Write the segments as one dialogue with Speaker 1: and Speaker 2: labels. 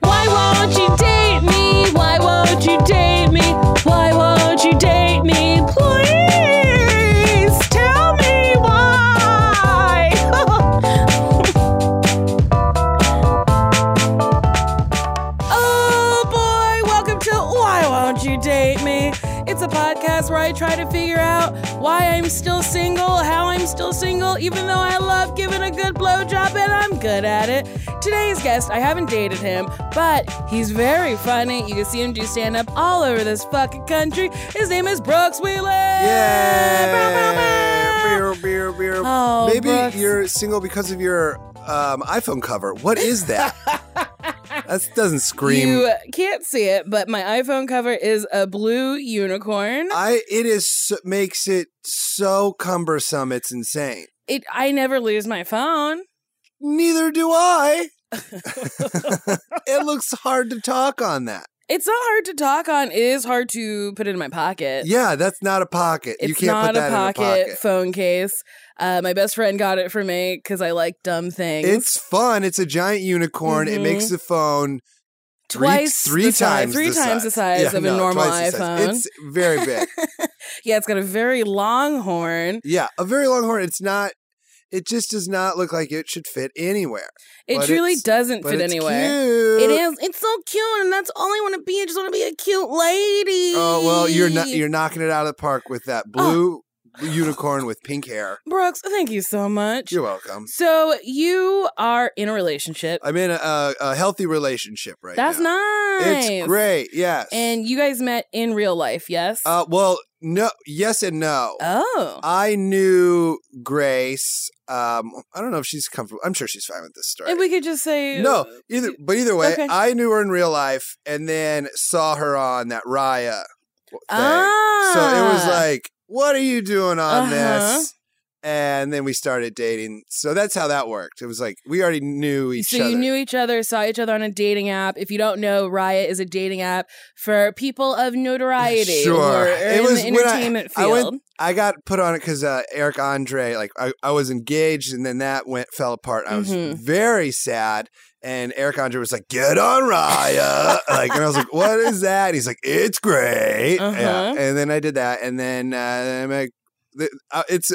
Speaker 1: Why won't you date me? Why won't you date me? Why won't you date me? Please tell me why. oh boy, welcome to Why Won't You Date Me? It's a podcast where I try to figure out why I'm still single, how I'm still single, even though I love giving a good blowjob and I'm good at it. Today's guest, I haven't dated him, but he's very funny. You can see him do stand up all over this fucking country. His name is Brooks Wheeler. Bow, bow, bow.
Speaker 2: Beer, beer, beer.
Speaker 1: Oh,
Speaker 2: Maybe
Speaker 1: Brooks.
Speaker 2: you're single because of your um, iPhone cover. What is that? that doesn't scream.
Speaker 1: You can't see it, but my iPhone cover is a blue unicorn.
Speaker 2: I it is so- makes it so cumbersome. It's insane.
Speaker 1: It, I never lose my phone.
Speaker 2: Neither do I. it looks hard to talk on that.
Speaker 1: It's not hard to talk on. It is hard to put in my pocket.
Speaker 2: Yeah, that's not a pocket.
Speaker 1: It's
Speaker 2: you can't
Speaker 1: not
Speaker 2: put that
Speaker 1: a, pocket
Speaker 2: in a pocket.
Speaker 1: phone case. Uh, my best friend got it for me because I like dumb things.
Speaker 2: It's fun. It's a giant unicorn. It
Speaker 1: Mhm.
Speaker 2: makes the phone three-
Speaker 1: twice,
Speaker 2: three,
Speaker 1: the size-
Speaker 2: times,
Speaker 1: three
Speaker 2: the
Speaker 1: times
Speaker 2: size.
Speaker 1: the size
Speaker 2: Yeah,
Speaker 1: of a
Speaker 2: no,
Speaker 1: normal
Speaker 2: twice the size.
Speaker 1: iPhone.
Speaker 2: It's very big.
Speaker 1: yeah, it's got a very long horn.
Speaker 2: Yeah, a very long horn. It's not. It just does not look like it should fit anywhere.
Speaker 1: It
Speaker 2: But
Speaker 1: truly
Speaker 2: it's-
Speaker 1: doesn't
Speaker 2: But
Speaker 1: fit
Speaker 2: it's
Speaker 1: anywhere.
Speaker 2: cute.
Speaker 1: It is. It's so cute, and that's all I want to be. I just want to be a cute lady.
Speaker 2: Oh well, you're not. You're knocking it out of the park with that
Speaker 1: Oh.
Speaker 2: blue unicorn with pink hair.
Speaker 1: Brooks. Thank you so much.
Speaker 2: You're welcome.
Speaker 1: so you are in a relationship.
Speaker 2: I'm in a, a, a healthy relationship right
Speaker 1: that's
Speaker 2: now.
Speaker 1: nice.
Speaker 2: It's great. Yes.
Speaker 1: And you guys met in real life, yes?
Speaker 2: uh, well, no. Yes and no.
Speaker 1: oh.
Speaker 2: I knew Grace. Um, I don't know if she's comfortable. I'm sure she's fine with this story.
Speaker 1: And we could just say
Speaker 2: No, either but either way,
Speaker 1: Okay.
Speaker 2: I knew her in real life and then saw her on that Raya thing.
Speaker 1: Ah.
Speaker 2: So it was like, what are you doing on
Speaker 1: Uh-huh.
Speaker 2: this? And then we started dating. So that's how that worked. It was like we already knew each
Speaker 1: so
Speaker 2: other.
Speaker 1: you knew each other, saw each other on a dating app. If you don't know, Riot is a dating app for people of notoriety
Speaker 2: Sure.
Speaker 1: or, or
Speaker 2: It
Speaker 1: in
Speaker 2: was
Speaker 1: the
Speaker 2: when I-
Speaker 1: entertainment
Speaker 2: I went-
Speaker 1: field.
Speaker 2: I got put on it because uh, Eric Andre, like I, I was engaged and then that went fell apart. I was
Speaker 1: Mhm.
Speaker 2: very sad. And Eric Andre was like, get on Raya. like, and I was like, what is that? He's like, it's great.
Speaker 1: Uh-huh.
Speaker 2: Yeah. And then I did that. And then uh, I'm like, th- uh, it's,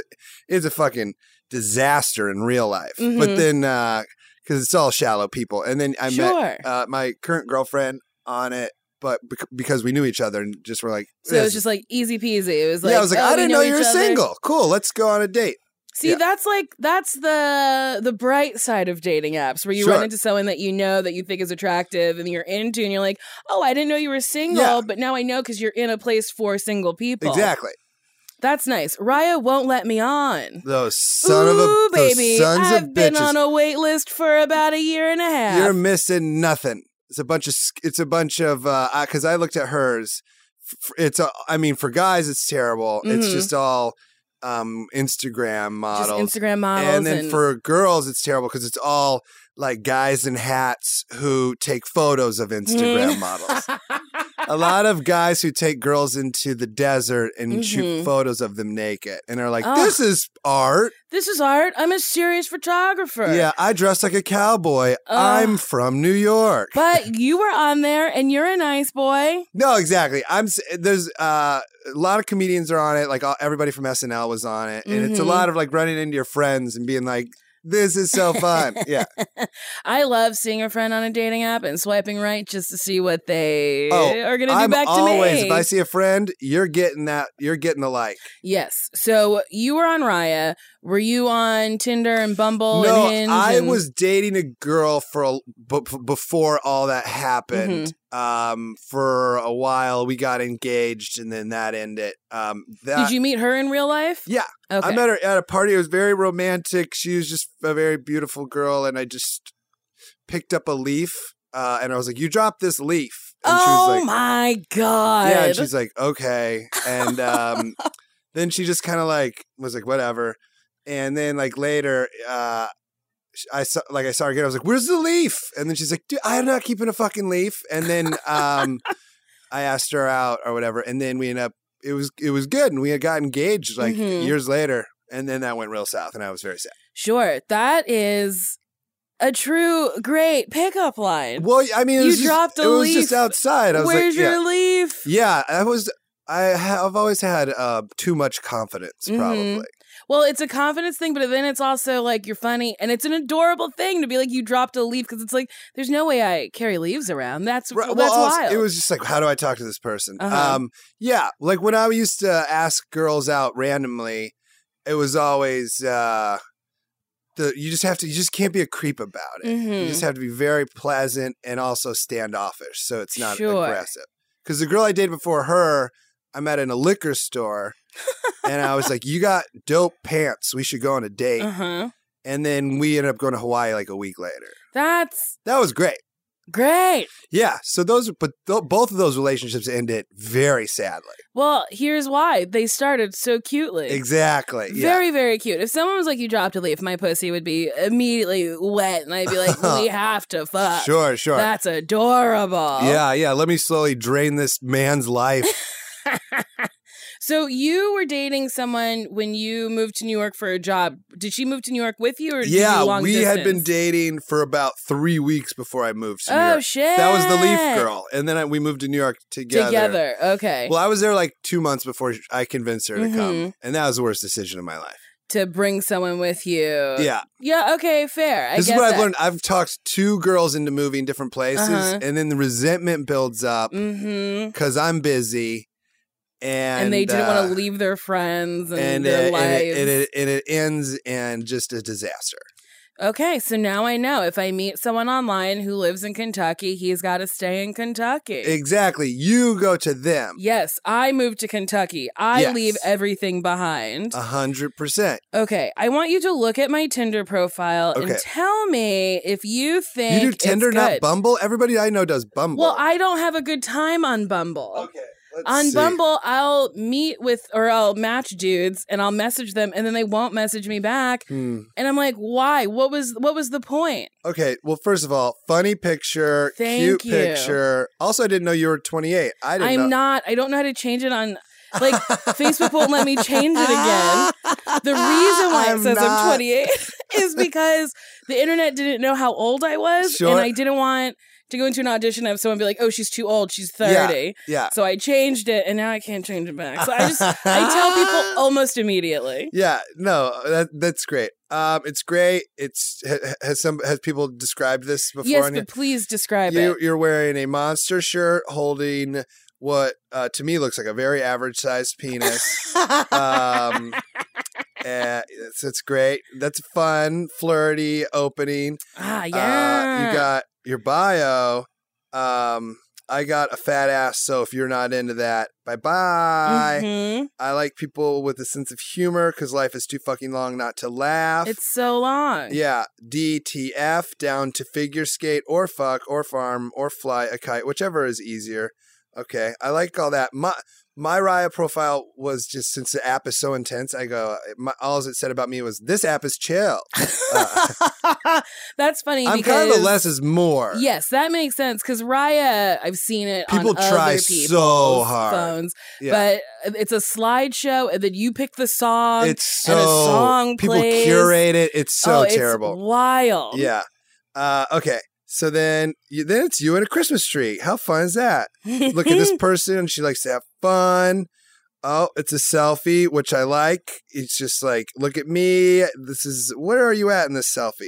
Speaker 2: it's a fucking disaster in real life.
Speaker 1: Mhm.
Speaker 2: But then, uh, cause it's all shallow people. And then I met
Speaker 1: sure.
Speaker 2: uh, my current girlfriend on it, but bec- because we knew each other and just were like,
Speaker 1: so it
Speaker 2: "This
Speaker 1: was just like easy peasy. It was like
Speaker 2: yeah, I was like,
Speaker 1: oh,
Speaker 2: I
Speaker 1: we
Speaker 2: didn't know you
Speaker 1: each
Speaker 2: were
Speaker 1: other.
Speaker 2: single. Cool, let's go on a date.
Speaker 1: See,
Speaker 2: Yeah.
Speaker 1: that's like that's the the bright side of dating apps where you run
Speaker 2: Sure.
Speaker 1: into someone that you know that you think is attractive and you're into and you're like, "Oh, I didn't know you were single,
Speaker 2: Yeah.
Speaker 1: but now I know cuz you're in a place for single people."
Speaker 2: Exactly.
Speaker 1: That's nice. Raya won't let me on.
Speaker 2: Those son of
Speaker 1: Ooh,
Speaker 2: a those
Speaker 1: baby.
Speaker 2: sons
Speaker 1: I've
Speaker 2: of
Speaker 1: been
Speaker 2: bitches.
Speaker 1: on a wait list for about a year and a half.
Speaker 2: You're missing nothing. It's a bunch of. sk- It's a bunch of. Because uh, because I looked at hers. F- It's. A, I mean, for guys, it's terrible. It's
Speaker 1: Mhm.
Speaker 2: just all um, Instagram
Speaker 1: just
Speaker 2: models.
Speaker 1: Instagram models
Speaker 2: and then for girls, it's terrible because it's all like guys in hats who take photos of
Speaker 1: Mm.
Speaker 2: Instagram models. A lot of guys who take girls into the desert and
Speaker 1: Mhm.
Speaker 2: shoot photos of them naked and are like,
Speaker 1: Ugh.
Speaker 2: "This is art."
Speaker 1: This is art. I'm a serious photographer.
Speaker 2: Yeah, I dress like a cowboy. I'm
Speaker 1: Ugh.
Speaker 2: from New York.
Speaker 1: But you were on there and you're a nice boy.
Speaker 2: No, exactly. I'm s- there's uh, a lot of comedians are on it. Like all, everybody from SNL was on it, and it's a
Speaker 1: Mhm.
Speaker 2: lot of like running into your friends and being like, "This is so fun." yeah.
Speaker 1: I love seeing a friend on a dating app and swiping right just to see what they
Speaker 2: Oh,
Speaker 1: are going to do
Speaker 2: I'm
Speaker 1: back to
Speaker 2: always
Speaker 1: me.
Speaker 2: if I see a friend, you're getting that. You're getting the like.
Speaker 1: yes. So you were on Raya. Were you on Tinder and Bumble
Speaker 2: no,
Speaker 1: and Hinge?
Speaker 2: I
Speaker 1: and-
Speaker 2: was dating a girl for a, b- before all that happened.
Speaker 1: Mm-hmm.
Speaker 2: Um, for a while, we got engaged, and then that ended. Um, that
Speaker 1: Did you meet her in real life?
Speaker 2: Yeah.
Speaker 1: Okay.
Speaker 2: I met her at a party. It was very romantic. She was just a very beautiful girl, and I just picked up a leaf, uh, and I was like, "You dropped this leaf," and she
Speaker 1: oh
Speaker 2: was like,
Speaker 1: my god.
Speaker 2: "Yeah," and she's like, "Okay," and um, then she just kind of like was like, "Whatever," and then like later, uh, sh- I saw like I saw her again. I was like, "Where's the leaf?" And then she's like, "Dude, I'm not keeping a fucking leaf." And then um, I asked her out or whatever, and then we ended up. It was it was good, and we had got engaged like
Speaker 1: Mhm.
Speaker 2: years later. And then that went real south, and I was very sad.
Speaker 1: sure. That is a true great pickup line.
Speaker 2: Well, I mean, it
Speaker 1: You
Speaker 2: was just-
Speaker 1: dropped a
Speaker 2: it was just
Speaker 1: leaf.
Speaker 2: outside. I was
Speaker 1: Where's
Speaker 2: like,
Speaker 1: your
Speaker 2: yeah.
Speaker 1: leaf?
Speaker 2: yeah, I was. I ha- I've always had uh, too much confidence,
Speaker 1: Mhm.
Speaker 2: probably.
Speaker 1: Well, it's a confidence thing, but then it's also like you're funny, and it's an adorable thing to be like you dropped a leaf because it's like there's no way I carry leaves around. That's
Speaker 2: Right,
Speaker 1: that's
Speaker 2: also,
Speaker 1: wild.
Speaker 2: It was just like, how do I talk to this person?
Speaker 1: Uh-huh.
Speaker 2: Um, yeah, like when I used to ask girls out randomly, it was always uh, the you just have to you just can't be a creep about it. You
Speaker 1: Mhm.
Speaker 2: just have to be very pleasant and also standoffish, so it's not
Speaker 1: Sure.
Speaker 2: aggressive. Because the girl I dated before her, I met in a liquor store, and I was like, "You got dope pants. We should go on a date."
Speaker 1: uh-huh.
Speaker 2: And then we ended up going to Hawaii like a week later.
Speaker 1: That's
Speaker 2: That was great.
Speaker 1: great.
Speaker 2: Yeah. So those, but th- both of those relationships ended very sadly.
Speaker 1: Well, here's why they started so cutely.
Speaker 2: Exactly. Yeah.
Speaker 1: Very, very cute. If someone was like, "You dropped a leaf," my pussy would be immediately wet, and I'd be like, "We have to fuck."
Speaker 2: sure. Sure.
Speaker 1: That's adorable.
Speaker 2: yeah. Yeah. Let me slowly drain this man's life.
Speaker 1: So you were dating someone when you moved to New York for a job. Did she move to New York with you, or did you
Speaker 2: yeah.
Speaker 1: do long
Speaker 2: We had been
Speaker 1: distance?
Speaker 2: dating for about three weeks before I moved to New
Speaker 1: Oh
Speaker 2: York.
Speaker 1: shit!
Speaker 2: That was the Leaf Girl, and then I, we moved to New York together.
Speaker 1: Together, okay.
Speaker 2: Well, I was there like two months before I convinced her to
Speaker 1: Mhm.
Speaker 2: come, and that was the worst decision of my life.
Speaker 1: to bring someone with you. Yeah.
Speaker 2: yeah.
Speaker 1: Yeah. Okay. Fair. I
Speaker 2: this is
Speaker 1: get
Speaker 2: what
Speaker 1: that.
Speaker 2: I've learned. I've talked two girls into moving different places,
Speaker 1: Uh-huh.
Speaker 2: and then the resentment builds up
Speaker 1: Mm-hmm. And,
Speaker 2: because I'm busy, and
Speaker 1: they didn't want
Speaker 2: uh,
Speaker 1: to leave their friends and,
Speaker 2: and,
Speaker 1: their
Speaker 2: it, and,
Speaker 1: lives.
Speaker 2: it, and, it, and it ends in just a disaster.
Speaker 1: okay. So now I know if I meet someone online who lives in Kentucky, he's got to stay in Kentucky.
Speaker 2: Exactly. You go to them
Speaker 1: yes. I moved to Kentucky. I
Speaker 2: Yes. Uh.
Speaker 1: leave everything behind.
Speaker 2: a hundred percent.
Speaker 1: okay. I want you to look at my Tinder profile and
Speaker 2: Okay.
Speaker 1: tell me if you
Speaker 2: You
Speaker 1: think
Speaker 2: do Tinder,
Speaker 1: it's
Speaker 2: not
Speaker 1: good.
Speaker 2: Bumble. Everybody I know does Bumble.
Speaker 1: Well, I don't have a good time on Bumble.
Speaker 2: okay. let's
Speaker 1: on
Speaker 2: see.
Speaker 1: Bumble, I'll meet with or I'll match dudes and I'll message them and then they won't message me back.
Speaker 2: Hmm.
Speaker 1: And I'm like, why? What was what was the point?
Speaker 2: Okay. Well, first of all, funny picture,
Speaker 1: Thank
Speaker 2: cute
Speaker 1: you.
Speaker 2: picture. Also, I didn't know you were 28. I didn't
Speaker 1: I'm
Speaker 2: know.
Speaker 1: not I don't know how to change it on like Facebook won't let me change it again. The reason why it
Speaker 2: I'm
Speaker 1: says I'm
Speaker 2: not-
Speaker 1: 28 is because the internet didn't know how old I was
Speaker 2: Sure.
Speaker 1: and I didn't want to go into an audition and have someone be like, "Oh, she's too old. She's 30."
Speaker 2: Yeah.
Speaker 1: So I changed it and now I can't change it back. So I just I tell people almost immediately.
Speaker 2: Yeah, no, uh, that that's great. Um, it's great. It's ha- has some has people described this before?
Speaker 1: Yes,
Speaker 2: on
Speaker 1: but please describe
Speaker 2: here?
Speaker 1: it.
Speaker 2: you, you're wearing a monster shirt, holding Uh, what uh, to me looks like a very average sized penis. um, Uh, it's, it's great. That's fun, flirty opening.
Speaker 1: Ah,
Speaker 2: Uh,
Speaker 1: yeah.
Speaker 2: you got your bio. Um, I got a fat ass, so if you're not into that, bye bye.
Speaker 1: Mhm.
Speaker 2: I like people with a sense of humor because life is too fucking long not to laugh.
Speaker 1: It's so long.
Speaker 2: yeah, DTF down to figure skate or fuck or farm or fly a kite, whichever is easier. Okay, I like all that. My my Raya profile was just since the app is so intense. I go, my, all it said about me was this app is chill.
Speaker 1: That's funny.
Speaker 2: I'm
Speaker 1: because,
Speaker 2: kind of a less is more.
Speaker 1: Yes, that makes sense because Raya, I've seen it.
Speaker 2: people
Speaker 1: on
Speaker 2: try
Speaker 1: other
Speaker 2: so
Speaker 1: people's
Speaker 2: hard.
Speaker 1: Phones,
Speaker 2: Yeah.
Speaker 1: but it's a slideshow, and then you pick the song.
Speaker 2: It's so
Speaker 1: and a song
Speaker 2: people
Speaker 1: plays.
Speaker 2: curate it. It's so
Speaker 1: Oh, it's
Speaker 2: terrible.
Speaker 1: wild.
Speaker 2: Yeah. Uh, okay. So then, you, then it's you and a Christmas tree. How fun is that? Look at this person, and she likes to have fun. Oh, it's a selfie, which I like. It's just like, look at me. This is where are you at in this selfie?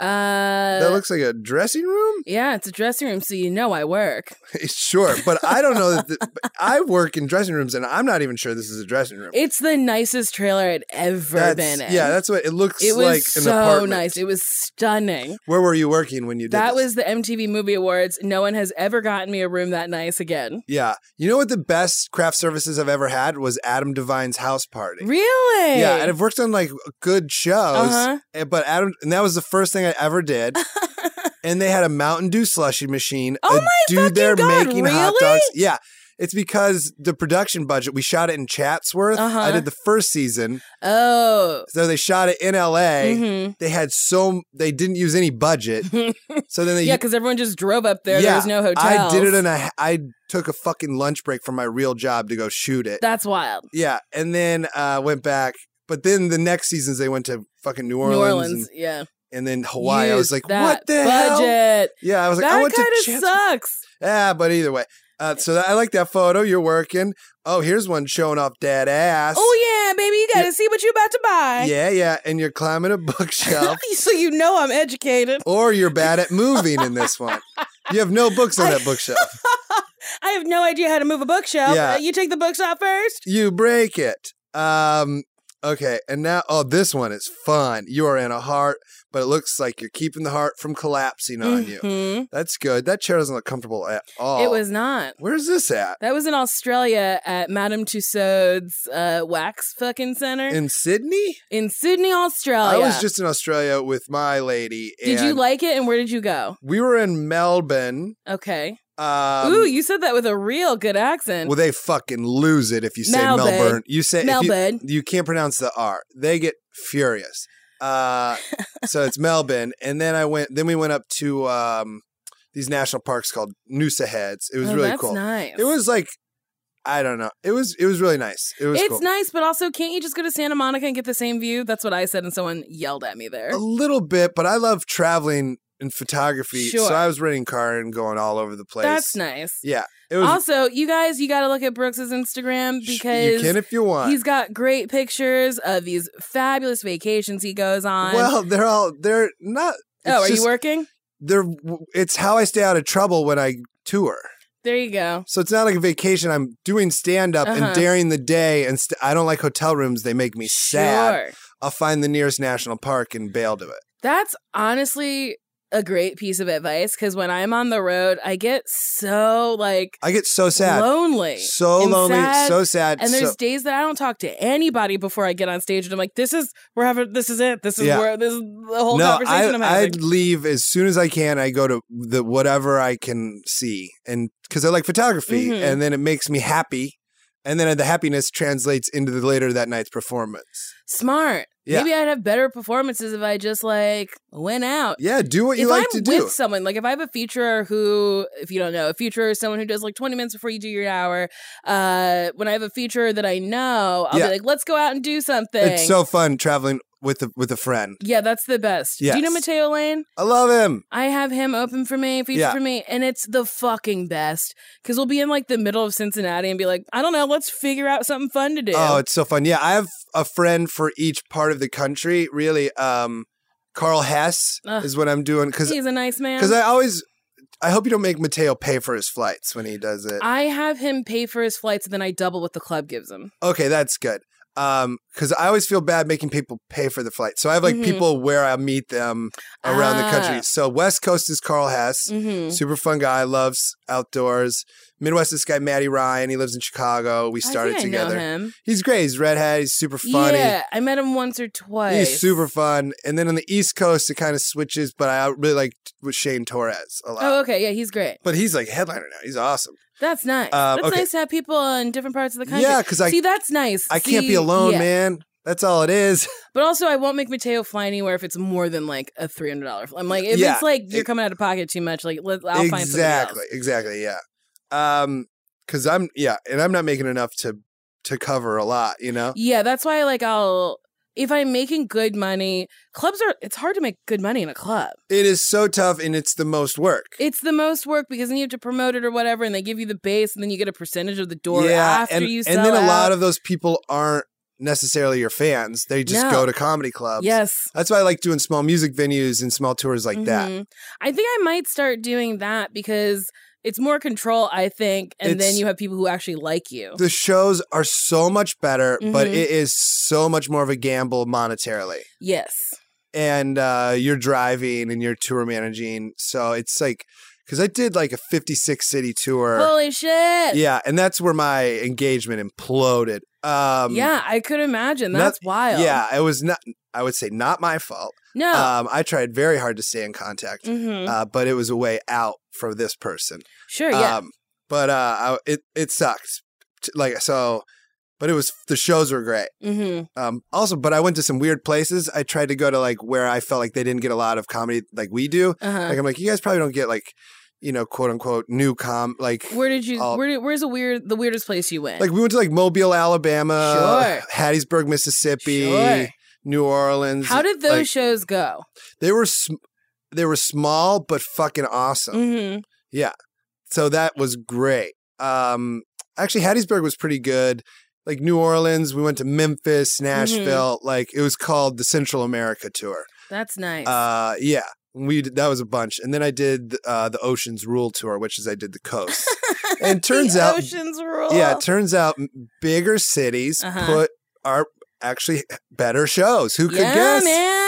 Speaker 1: Uh,
Speaker 2: that looks like a dressing room.
Speaker 1: yeah, it's a dressing room, so you know I work.
Speaker 2: sure, but I don't know. That the, but I work in dressing rooms, and I'm not even sure this is a dressing room.
Speaker 1: It's the nicest trailer I'd ever
Speaker 2: That's-
Speaker 1: been in.
Speaker 2: yeah, that's what it looks
Speaker 1: it was
Speaker 2: like. an
Speaker 1: so
Speaker 2: apartment.
Speaker 1: nice. It was stunning.
Speaker 2: Where were you working when you did
Speaker 1: That
Speaker 2: this?
Speaker 1: was the MTV Movie Awards. No one has ever gotten me a room that nice again.
Speaker 2: Yeah. You know what the best craft services I've ever had was Adam Devine's house party.
Speaker 1: Really?
Speaker 2: Yeah, and I've worked on like good shows,
Speaker 1: Uh-huh.
Speaker 2: and- but Adam, and that was the first thing I ever did. and they had a Mountain Dew slushy machine.
Speaker 1: Oh
Speaker 2: a
Speaker 1: my
Speaker 2: dude
Speaker 1: fucking
Speaker 2: there
Speaker 1: God,
Speaker 2: making hot
Speaker 1: really?
Speaker 2: dogs. Yeah, it's because the production budget. We shot it in Chatsworth. I
Speaker 1: Uh-huh.
Speaker 2: did the first season,
Speaker 1: Oh.
Speaker 2: so they shot it in L.A.
Speaker 1: Mhm.
Speaker 2: They had so they didn't use any budget, so then they
Speaker 1: Yeah, because everyone just drove up there.
Speaker 2: Yeah,
Speaker 1: there was no hotel.
Speaker 2: I did it and I I took a fucking lunch break from my real job to go shoot it.
Speaker 1: That's wild.
Speaker 2: yeah, and then uh, went back. But then the next seasons they went to fucking New Orleans,
Speaker 1: New
Speaker 2: And,
Speaker 1: Orleans. Yeah.
Speaker 2: and then Hawaii. I was
Speaker 1: Use
Speaker 2: like,
Speaker 1: that
Speaker 2: what the hell?
Speaker 1: budget.
Speaker 2: Yeah, I was like, I
Speaker 1: That
Speaker 2: went to
Speaker 1: kind of
Speaker 2: Chats-
Speaker 1: sucks.
Speaker 2: Yeah, but either way. Uh, so that, I like that photo. You're working. Oh, here's one showing off dad ass.
Speaker 1: Oh yeah, baby, you got to see what you about to buy.
Speaker 2: yeah, yeah. And you're climbing a bookshelf,
Speaker 1: so you know I'm educated.
Speaker 2: or you're bad at moving in this one. You have no books on that bookshelf.
Speaker 1: I have no idea how to move a bookshelf.
Speaker 2: Yeah.
Speaker 1: Uh, you take the books out first.
Speaker 2: You break it. Um okay, and now oh this one is fun. You are in a heart, but it looks like you're keeping the heart from collapsing on you.
Speaker 1: Mhm.
Speaker 2: That's good. That chair doesn't look comfortable at all.
Speaker 1: It was not.
Speaker 2: Where's this at?
Speaker 1: That was in Australia at Madame Tussauds uh, Wax fucking Center in,
Speaker 2: In Sydney?
Speaker 1: Sydney, Australia.
Speaker 2: I was just in Australia with my lady and
Speaker 1: Oh, Did you like it and where did you go?
Speaker 2: we were in Melbourne.
Speaker 1: Okay.
Speaker 2: Um
Speaker 1: Ooh, you said that with a real good accent.
Speaker 2: well they fucking lose it if you say
Speaker 1: Melbourne.
Speaker 2: Melbourne. You say if you-
Speaker 1: Melbourne.
Speaker 2: you can't pronounce the R. They get furious. Uh, so it's Melbourne, and then I went. Then we went up to um, these national parks called Noosa Heads. It was
Speaker 1: Oh,
Speaker 2: really
Speaker 1: that's
Speaker 2: cool.
Speaker 1: nice.
Speaker 2: It was like I don't know. It was it was really nice. It was
Speaker 1: it's
Speaker 2: cool.
Speaker 1: nice, but also can't you just go to Santa Monica and get the same view? That's what I said, and someone yelled at me there.
Speaker 2: a little bit, but I love traveling and photography.
Speaker 1: Sure.
Speaker 2: So I was renting a car and going all over the place.
Speaker 1: That's nice.
Speaker 2: Yeah, it was.
Speaker 1: also, you guys, you got to look at Brooks's Instagram
Speaker 2: sh- you
Speaker 1: because
Speaker 2: can if you want.
Speaker 1: he's got great pictures of these fabulous vacations he goes on.
Speaker 2: well, they're all they're not. it's
Speaker 1: oh, are
Speaker 2: just-
Speaker 1: you working?
Speaker 2: They're it's how I stay out of trouble when I tour.
Speaker 1: There you go.
Speaker 2: So it's not like a vacation. I'm doing stand up
Speaker 1: Uh-huh.
Speaker 2: and during the day, and st- I don't like hotel rooms. They make me sad.
Speaker 1: Sure.
Speaker 2: I'll find the nearest national park and bail to it.
Speaker 1: That's honestly a great piece of advice because when I'm on the road, I get so like
Speaker 2: I get so sad,
Speaker 1: lonely.
Speaker 2: so
Speaker 1: and
Speaker 2: lonely,
Speaker 1: sad,
Speaker 2: so sad.
Speaker 1: And there's
Speaker 2: so-
Speaker 1: days that I don't talk to anybody before I get on stage, and I'm like, "This is we're having, this is it, this is
Speaker 2: Yeah.
Speaker 1: where this is the whole
Speaker 2: no, I,
Speaker 1: conversation I, am
Speaker 2: I
Speaker 1: having."
Speaker 2: leave as soon as I can. I go to the whatever I can see, and because I like photography,
Speaker 1: Mhm.
Speaker 2: and then it makes me happy, and then the happiness translates into the later that night's performance.
Speaker 1: Smart.
Speaker 2: Yeah.
Speaker 1: Maybe I'd have better performances if I just like went out.
Speaker 2: Yeah, do what you
Speaker 1: if
Speaker 2: like
Speaker 1: I'm
Speaker 2: to do.
Speaker 1: with someone, like if I have a featurer who, if you don't know, a featurer is someone who does like 20 minutes before you do your hour. Uh, when I have a featurer that I know, I'll
Speaker 2: Yeah.
Speaker 1: be like, let's go out and do something.
Speaker 2: It's so fun traveling with a, with a friend.
Speaker 1: yeah, that's the best. Do you know
Speaker 2: Yes.
Speaker 1: Mateo Lane?
Speaker 2: I love him.
Speaker 1: I have him open for me, feature
Speaker 2: Yeah.
Speaker 1: for me, and it's the fucking best. Because we'll be in like the middle of Cincinnati and be like, I don't know, let's figure out something fun to do.
Speaker 2: Oh, it's so fun. Yeah, I have a friend for each part of the country. Really, um, Carl Hess
Speaker 1: Ugh.
Speaker 2: is what I'm doing because
Speaker 1: He's a nice man.
Speaker 2: because I always I hope you don't make Mateo pay for his flights when he does it.
Speaker 1: I have him pay for his flights and then I double what the club gives him.
Speaker 2: okay, that's good. Um, because I always feel bad making people pay for the flight. So I have like
Speaker 1: Mhm.
Speaker 2: people where I meet them around the
Speaker 1: Ah.
Speaker 2: country. So West Coast is Carl Hess,
Speaker 1: Mm-hmm.
Speaker 2: super fun guy, loves outdoors. Midwest, this guy Matty Ryan, he lives in Chicago. We started
Speaker 1: I think I
Speaker 2: together.
Speaker 1: know him.
Speaker 2: He's great. He's redhead. He's super funny.
Speaker 1: Yeah, I met him once or twice.
Speaker 2: He's super fun. And then on the East Coast, it kind of switches. But I really like with Shane Torres a lot.
Speaker 1: Oh, okay. Yeah, he's great.
Speaker 2: But he's like headliner now. He's awesome.
Speaker 1: That's nice.
Speaker 2: Um,
Speaker 1: that's
Speaker 2: okay.
Speaker 1: nice to have people in different parts of the country.
Speaker 2: Yeah, because I
Speaker 1: See, that's nice.
Speaker 2: I can't
Speaker 1: See,
Speaker 2: be alone,
Speaker 1: yeah.
Speaker 2: man. That's all it is.
Speaker 1: But also, I won't make Mateo fly anywhere if it's more than like a three hundred dollar. I'm like, if
Speaker 2: Yeah,
Speaker 1: it's like you're
Speaker 2: ex-
Speaker 1: coming out of pocket too much, like let, I'll find something else.
Speaker 2: exactly. Exactly. Yeah. Um. Because I'm yeah, and I'm not making enough to to cover a lot. You know.
Speaker 1: Yeah, that's why like I'll if I'm making good money, clubs are it's hard to make good money in a club.
Speaker 2: It is so tough, and it's the most work.
Speaker 1: It's the most work because then you have to promote it or whatever, and they give you the base, and then you get a percentage of the door
Speaker 2: yeah,
Speaker 1: after
Speaker 2: and,
Speaker 1: you sell
Speaker 2: and then a lot
Speaker 1: out.
Speaker 2: of those people aren't necessarily your fans. They just
Speaker 1: No.
Speaker 2: go to comedy clubs.
Speaker 1: yes.
Speaker 2: That's why I like doing small music venues and small tours like that.
Speaker 1: Mhm. I think I might start doing that because it's more control, I think, and then
Speaker 2: It's-
Speaker 1: you have people who actually like you.
Speaker 2: The shows are so much better, but
Speaker 1: Mhm.
Speaker 2: it is so much more of a gamble monetarily.
Speaker 1: yes.
Speaker 2: And uh, you're driving and you're tour managing. So it's like, because I did like a 56 city tour.
Speaker 1: Holy shit.
Speaker 2: yeah. And that's where my engagement imploded. Um,
Speaker 1: yeah, I could imagine.
Speaker 2: not-
Speaker 1: That's wild.
Speaker 2: Yeah. It was not, I would say, not my fault.
Speaker 1: No.
Speaker 2: Um, I tried very hard to stay in contact,
Speaker 1: Mhm.
Speaker 2: uh, but it was a way out for this person.
Speaker 1: Sure, yeah.
Speaker 2: Um, but uh, I, it it sucked. T- Like so, but it was the shows were great.
Speaker 1: hmm
Speaker 2: Um, also, but I went to some weird places. I tried to go to like where I felt like they didn't get a lot of comedy like we do.
Speaker 1: Uh-huh.
Speaker 2: Like I'm like, you guys probably don't get like, you know, quote unquote new com like.
Speaker 1: Where did you?
Speaker 2: I'll-
Speaker 1: where did, where's the weird? The weirdest place you went?
Speaker 2: like we went to like Mobile, Alabama,
Speaker 1: Sure.
Speaker 2: Hattiesburg, Mississippi,
Speaker 1: Sure.
Speaker 2: New Orleans.
Speaker 1: How did those
Speaker 2: like-
Speaker 1: shows go?
Speaker 2: they were sm- they were small but fucking awesome.
Speaker 1: hmm
Speaker 2: So that was great. Um, actually, Hattiesburg was pretty good. Like New Orleans, we went to
Speaker 1: Mm-hmm.
Speaker 2: Memphis, Nashville. Like it was called the Central America tour.
Speaker 1: That's nice.
Speaker 2: Uh, yeah, we did, that was a bunch, and then I did uh, the Oceans Rule tour, which is I did the coast. and turns
Speaker 1: The
Speaker 2: out-
Speaker 1: oceans rule.
Speaker 2: yeah, it turns out m- bigger cities
Speaker 1: Uh-huh.
Speaker 2: put are actually better shows. Who could
Speaker 1: yeah,
Speaker 2: guess?
Speaker 1: man.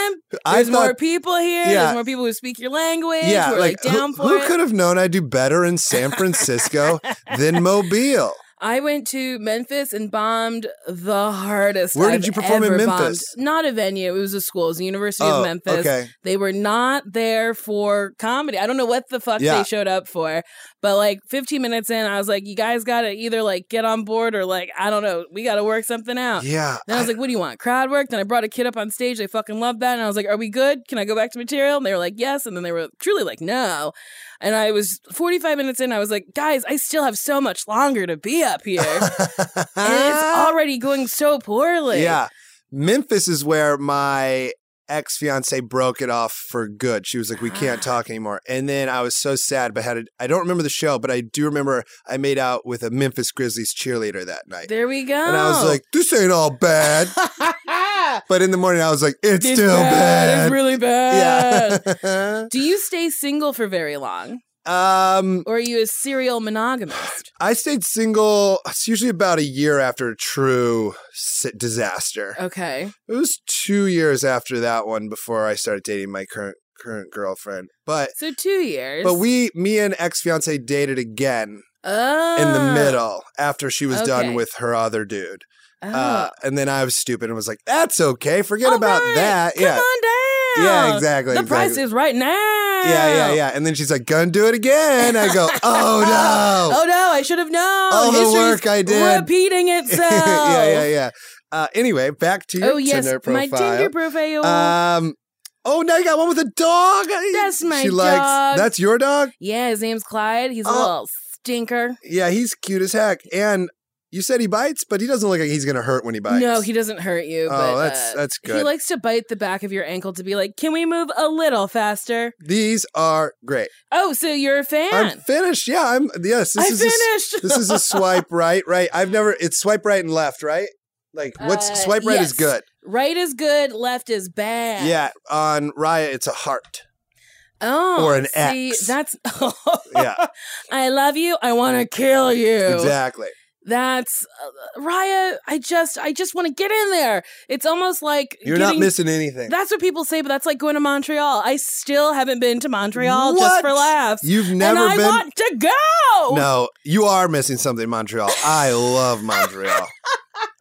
Speaker 2: I
Speaker 1: There's
Speaker 2: thought.
Speaker 1: more people here. There's
Speaker 2: Yeah.
Speaker 1: more people who speak your language.
Speaker 2: yeah,
Speaker 1: who are, like,
Speaker 2: like, who-
Speaker 1: down for
Speaker 2: who
Speaker 1: it.
Speaker 2: could have known I do better in San Francisco than Mobile?
Speaker 1: I went to Memphis and bombed the hardest.
Speaker 2: Where did
Speaker 1: I've
Speaker 2: you perform in
Speaker 1: ever
Speaker 2: Memphis?
Speaker 1: bombed. Not a venue. It was a school. It was the University
Speaker 2: Oh,
Speaker 1: of Memphis.
Speaker 2: okay.
Speaker 1: They were not there for comedy. I don't know what the fuck they
Speaker 2: Yeah.
Speaker 1: showed up for. But like 15 minutes in, I was like, you guys got to either like get on board or like, I don't know, we got to work something out.
Speaker 2: Yeah.
Speaker 1: Then I was like, what do you want? Crowd work? Then I brought a kid up on stage. They fucking loved that. And I was like, are we good? Can I go back to material? And they were like, yes. And then they were truly like, no. And I was 45 minutes in. I was like, guys, I still have so much longer to be up here. and it's already going so poorly.
Speaker 2: Yeah. Memphis is where my ex fiance broke it off for good. She was like, we can't
Speaker 1: Ah.
Speaker 2: talk anymore. And then I was so sad, but had a, I don't remember the show, but I do remember I made out with a Memphis Grizzlies cheerleader that night.
Speaker 1: There we go.
Speaker 2: And I was like, this ain't all bad. but in the morning, I was like, it's,
Speaker 1: It's
Speaker 2: still
Speaker 1: bad.
Speaker 2: bad.
Speaker 1: It's really bad.
Speaker 2: yeah.
Speaker 1: Do you stay single for very long?
Speaker 2: um,
Speaker 1: Or are you a serial monogamist?
Speaker 2: I stayed single. It's usually about a year after a true s- disaster.
Speaker 1: Okay.
Speaker 2: It was two years after that one before I started dating my current current girlfriend. But
Speaker 1: So two years.
Speaker 2: but we me and ex fiance dated again
Speaker 1: oh.
Speaker 2: in the middle after she was
Speaker 1: Okay.
Speaker 2: done with her other dude.
Speaker 1: Oh.
Speaker 2: Uh, and then I was stupid and was like, "That's okay. Forget
Speaker 1: All
Speaker 2: about
Speaker 1: right,
Speaker 2: that."
Speaker 1: Come
Speaker 2: yeah.
Speaker 1: on down.
Speaker 2: Yeah, exactly.
Speaker 1: The price
Speaker 2: exactly.
Speaker 1: is right now.
Speaker 2: Yeah, yeah, yeah. And then she's like, "Gonna do it again." I go, "Oh no."
Speaker 1: Oh no, I should have known.
Speaker 2: All the
Speaker 1: History's
Speaker 2: work Oh, I did.
Speaker 1: repeating itself.
Speaker 2: yeah, yeah, yeah. Uh, anyway, back to your
Speaker 1: Oh yes,
Speaker 2: Tinder
Speaker 1: my
Speaker 2: profile.
Speaker 1: Tinder profile.
Speaker 2: Um. Oh, now you got one with a dog.
Speaker 1: That's my
Speaker 2: she likes.
Speaker 1: dog.
Speaker 2: That's your dog.
Speaker 1: yeah, his name's Clyde. He's a
Speaker 2: Oh.
Speaker 1: little stinker.
Speaker 2: Yeah, he's cute as heck. And you said he bites, but he doesn't look like he's gonna hurt when he bites.
Speaker 1: No, he doesn't hurt you.
Speaker 2: Oh,
Speaker 1: but,
Speaker 2: that's
Speaker 1: uh,
Speaker 2: that's
Speaker 1: He
Speaker 2: good.
Speaker 1: likes to bite the back of your ankle to be like, "Can we move a little faster?"
Speaker 2: These are great.
Speaker 1: Oh, so you're a fan?
Speaker 2: I'm finished. Yeah, I'm. Yes, this
Speaker 1: I
Speaker 2: is a, s-
Speaker 1: finished.
Speaker 2: this is a swipe right, right. I've never. It's swipe right and left, right. Like what's
Speaker 1: Uh,
Speaker 2: swipe right
Speaker 1: yes.
Speaker 2: is good.
Speaker 1: right is good, left is bad.
Speaker 2: Yeah, on Raya it's a heart.
Speaker 1: Oh,
Speaker 2: Or an
Speaker 1: see,
Speaker 2: X.
Speaker 1: That's oh,
Speaker 2: Yeah.
Speaker 1: I love you. I want to kill you.
Speaker 2: Exactly.
Speaker 1: That's uh, Raya. I just, I just want to get in there. It's almost like
Speaker 2: You're
Speaker 1: getting,
Speaker 2: not missing anything.
Speaker 1: That's what people say, but that's like going to Montreal. I still haven't been to Montreal just
Speaker 2: What?
Speaker 1: for laughs.
Speaker 2: You've
Speaker 1: and
Speaker 2: never
Speaker 1: I
Speaker 2: been.
Speaker 1: want to go.
Speaker 2: No, you are missing something, Montreal. I love Montreal.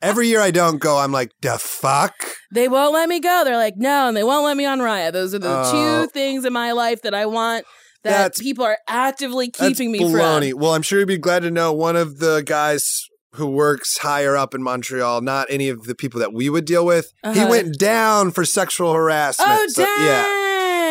Speaker 2: Every year I don't go, I'm like, the fuck?
Speaker 1: They won't let me go. They're like, no, and they won't let me on Raya. Those are the
Speaker 2: Oh.
Speaker 1: two things in my life that I want that
Speaker 2: That's-
Speaker 1: people are actively
Speaker 2: That's
Speaker 1: keeping me
Speaker 2: baloney.
Speaker 1: from.
Speaker 2: Well, I'm sure you'd be glad to know one of the guys who works higher up in Montreal, not any of the people that we would deal with. He
Speaker 1: Uh-huh.
Speaker 2: went down for sexual harassment.
Speaker 1: Oh,
Speaker 2: So-
Speaker 1: dang.
Speaker 2: Yeah.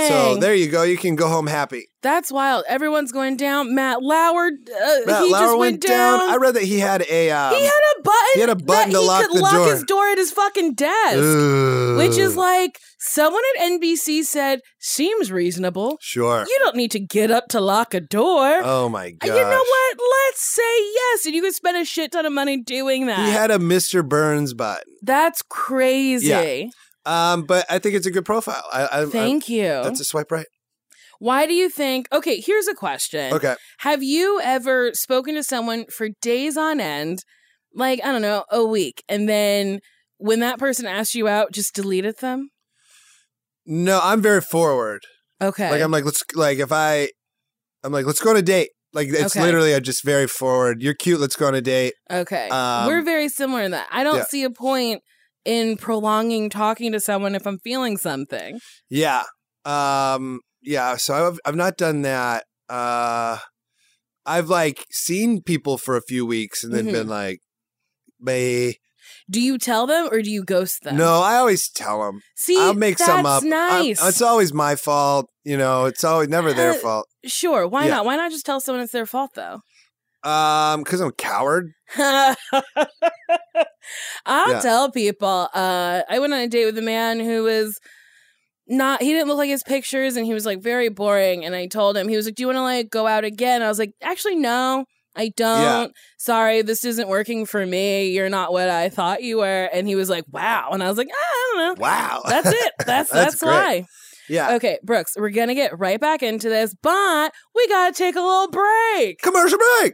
Speaker 2: So there you go. You can go home happy.
Speaker 1: That's wild. Everyone's going down. Matt Lauer, uh,
Speaker 2: Matt
Speaker 1: he
Speaker 2: Lauer
Speaker 1: just went, down.
Speaker 2: I read that he had a. Um,
Speaker 1: he had a button.
Speaker 2: he had a button
Speaker 1: that
Speaker 2: to
Speaker 1: he
Speaker 2: lock
Speaker 1: could
Speaker 2: the
Speaker 1: lock
Speaker 2: door.
Speaker 1: his door at his fucking desk,
Speaker 2: Ugh.
Speaker 1: which is like someone at NBC said seems reasonable.
Speaker 2: Sure.
Speaker 1: You don't need to get up to lock a door.
Speaker 2: Oh my god.
Speaker 1: And Uh, You know what? Let's say yes, and you can spend a shit ton of money doing that.
Speaker 2: He had a Mr. Burns button.
Speaker 1: That's crazy.
Speaker 2: Yeah. Um, but I think it's a good profile. I, I, I-
Speaker 1: Thank you.
Speaker 2: that's a swipe right.
Speaker 1: Why do you think? Okay, here's a question.
Speaker 2: Okay.
Speaker 1: Have you ever spoken to someone for days on end, like, I don't know, a week, and then when that person asked you out, just deleted them?
Speaker 2: No, I'm very forward.
Speaker 1: Okay.
Speaker 2: Like I'm like let's like if I, I'm like let's go on a date. Like it's
Speaker 1: Okay.
Speaker 2: literally I'm just very forward. You're cute. Let's go on a date.
Speaker 1: okay.
Speaker 2: um,
Speaker 1: We're very similar in that. I don't
Speaker 2: yeah.
Speaker 1: see a point in prolonging talking to someone if I'm feeling something.
Speaker 2: Yeah. Um. Yeah. So I've I've not done that. Uh, I've like seen people for a few weeks and then
Speaker 1: Mhm.
Speaker 2: been like, may
Speaker 1: Do you tell them or do you ghost them?
Speaker 2: no. I always tell them.
Speaker 1: See,
Speaker 2: I'll make
Speaker 1: that's
Speaker 2: some up. I'm-
Speaker 1: nice.
Speaker 2: it's always my fault. You know. It's always never their
Speaker 1: Uh,
Speaker 2: fault.
Speaker 1: Sure. Why
Speaker 2: Yeah.
Speaker 1: not? Why not just tell someone it's their fault though?
Speaker 2: Um. Because I'm a coward.
Speaker 1: I'll
Speaker 2: Yeah.
Speaker 1: tell people. Uh, I went on a date with a man who was not. He didn't look like his pictures, and he was like very boring. And I told him he was like, "Do you want to like go out again?" I was like, "Actually, no." I don't. Sorry, this isn't working for me. You're not what I thought you were. And he was like, "Wow," and I was like, ah, "I don't know.
Speaker 2: Wow.
Speaker 1: That's it. That's
Speaker 2: That's
Speaker 1: that's,
Speaker 2: great.
Speaker 1: why."
Speaker 2: yeah.
Speaker 1: Okay, Brooks, we're gonna get right back into this, but we gotta take a little break.
Speaker 2: Commercial break.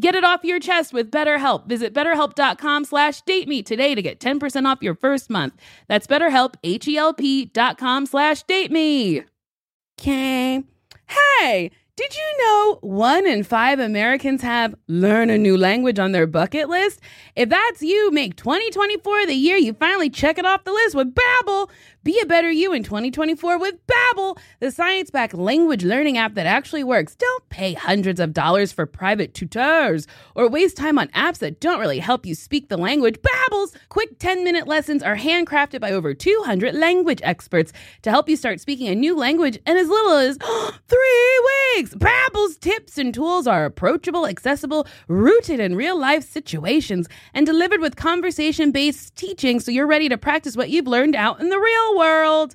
Speaker 1: Get it off your chest with BetterHelp. Visit betterhelp.com slash date me today to get 10% off your first month. That's betterhelp, H-E-L-P dot com slash date me. Okay. Hey, did you know one in five Americans have learn a new language on their bucket list? If that's you, make 2024 the year you finally check it off the list with Babbel. Be a better you in 2024 with Babbel, the science-backed language learning app that actually works. Don't pay hundreds of dollars for private tutors or waste time on apps that don't really help you speak the language. Babbel's quick 10-minute lessons are handcrafted by over 200 language experts to help you start speaking a new language in as little as 3 weeks. Babbel's tips and tools are approachable, accessible, rooted in real-life situations and delivered with conversation-based teaching so you're ready to practice what you've learned out in the real world.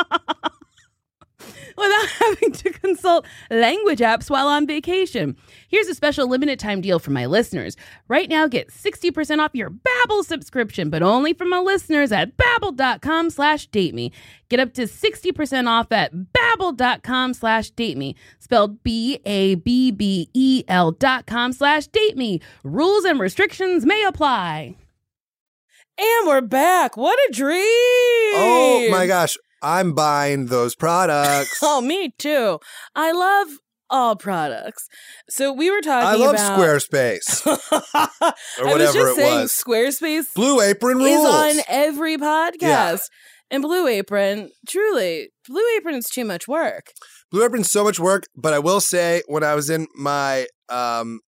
Speaker 1: without having to consult language apps while on vacation. Here's a special limited time deal for my listeners. Right now, get 60% off your Babbel subscription, but only for my listeners at babbel.com slash date me. Get up to 60% off at babbel.com slash date me, spelled B-A-B-B-E-L E dot com slash date me. Rules and restrictions may apply.
Speaker 3: And we're back. What a dream.
Speaker 2: Oh my gosh, I'm buying those products.
Speaker 3: Oh, me too. I love all products. So we were talking
Speaker 2: I love
Speaker 3: about
Speaker 2: Squarespace
Speaker 3: I
Speaker 2: or
Speaker 3: was
Speaker 2: whatever
Speaker 3: just
Speaker 2: it
Speaker 3: saying
Speaker 2: was.
Speaker 3: Squarespace
Speaker 2: Blue Apron
Speaker 3: is
Speaker 2: rules.
Speaker 3: on every podcast.
Speaker 2: Yeah.
Speaker 3: And Blue Apron, truly, Blue Apron is too much work.
Speaker 2: Blue Apron's so much work, but I will say when I was in my um,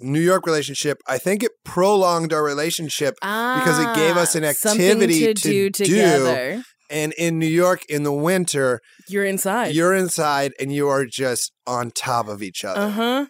Speaker 2: New York relationship, I think it prolonged our relationship. Because it gave us an
Speaker 3: Ah, something
Speaker 2: activity
Speaker 3: to,
Speaker 2: to
Speaker 3: do
Speaker 2: do.
Speaker 3: together.
Speaker 2: And in New York in the winter,
Speaker 3: You're inside.
Speaker 2: you're inside and you are just on top of each other.
Speaker 3: uh huh.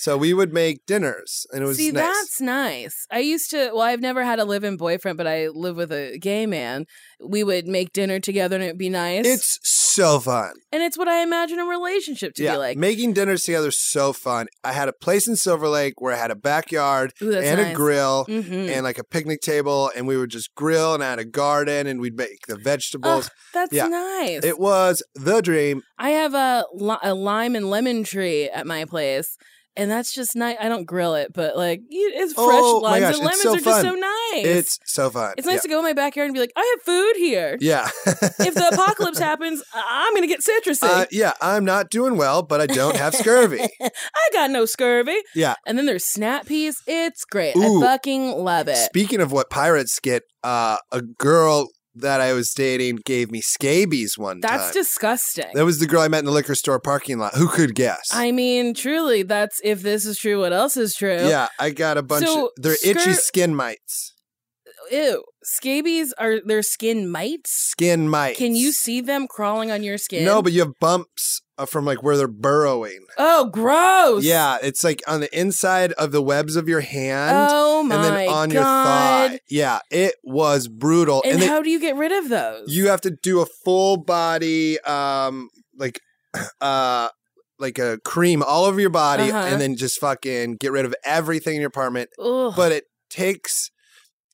Speaker 2: So we would make dinners and it was
Speaker 3: See,
Speaker 2: nice.
Speaker 3: that's nice. I used to. Well, I've never had a live-in boyfriend, but I live with a gay man. We would make dinner together, and it'd be nice.
Speaker 2: It's so fun.
Speaker 3: and it's what I imagine a relationship to
Speaker 2: yeah.
Speaker 3: be like.
Speaker 2: Making dinners together is so fun. I had a place in Silver Lake where I had a backyard
Speaker 3: Ooh, that's
Speaker 2: and
Speaker 3: nice.
Speaker 2: a grill
Speaker 3: Mhm.
Speaker 2: and like a picnic table and we would just grill and I had a garden and we'd make the vegetables.
Speaker 3: That's
Speaker 2: yeah.
Speaker 3: nice.
Speaker 2: it was the dream.
Speaker 3: I have a, li- a lime and lemon tree at my place, and that's just nice. I don't grill it, but like you- it's fresh
Speaker 2: Oh, my
Speaker 3: limes
Speaker 2: gosh,
Speaker 3: and
Speaker 2: it's
Speaker 3: lemons
Speaker 2: so
Speaker 3: are just
Speaker 2: fun.
Speaker 3: so nice.
Speaker 2: It's so fun.
Speaker 3: It's nice to go in my backyard and be like, I have food here.
Speaker 2: yeah. Yeah.
Speaker 3: If the apocalypse happens, I- I'm gonna get citrusy.
Speaker 2: Uh, yeah, I'm not doing well, but I don't have scurvy.
Speaker 3: I got no scurvy.
Speaker 2: Yeah.
Speaker 3: And then there's snap peas. It's great.
Speaker 2: Ooh.
Speaker 3: I fucking love it.
Speaker 2: Speaking of what pirates get, uh, a girl that I was dating gave me scabies one
Speaker 3: that's
Speaker 2: time.
Speaker 3: disgusting.
Speaker 2: that was the girl I met in the liquor store parking lot. Who could guess?
Speaker 3: I mean, truly, that's if this is true, what else is true?
Speaker 2: yeah, I got a bunch
Speaker 3: So,
Speaker 2: of they're itchy
Speaker 3: scur-
Speaker 2: skin mites.
Speaker 3: Ew. Scabies are their skin mites.
Speaker 2: Skin mites.
Speaker 3: Can you see them crawling on your skin?
Speaker 2: No, but you have bumps uh, from like where they're burrowing.
Speaker 3: oh, gross.
Speaker 2: Yeah, it's like on the inside of the webs of your hand
Speaker 3: Oh my
Speaker 2: and then on
Speaker 3: god.
Speaker 2: your thigh. Yeah, it was brutal.
Speaker 3: And,
Speaker 2: they-
Speaker 3: how do you get rid of those?
Speaker 2: you have to do a full body um like uh like a cream all over your body
Speaker 3: Uh-huh.
Speaker 2: and then just fucking get rid of everything in your apartment
Speaker 3: Ugh.
Speaker 2: but it takes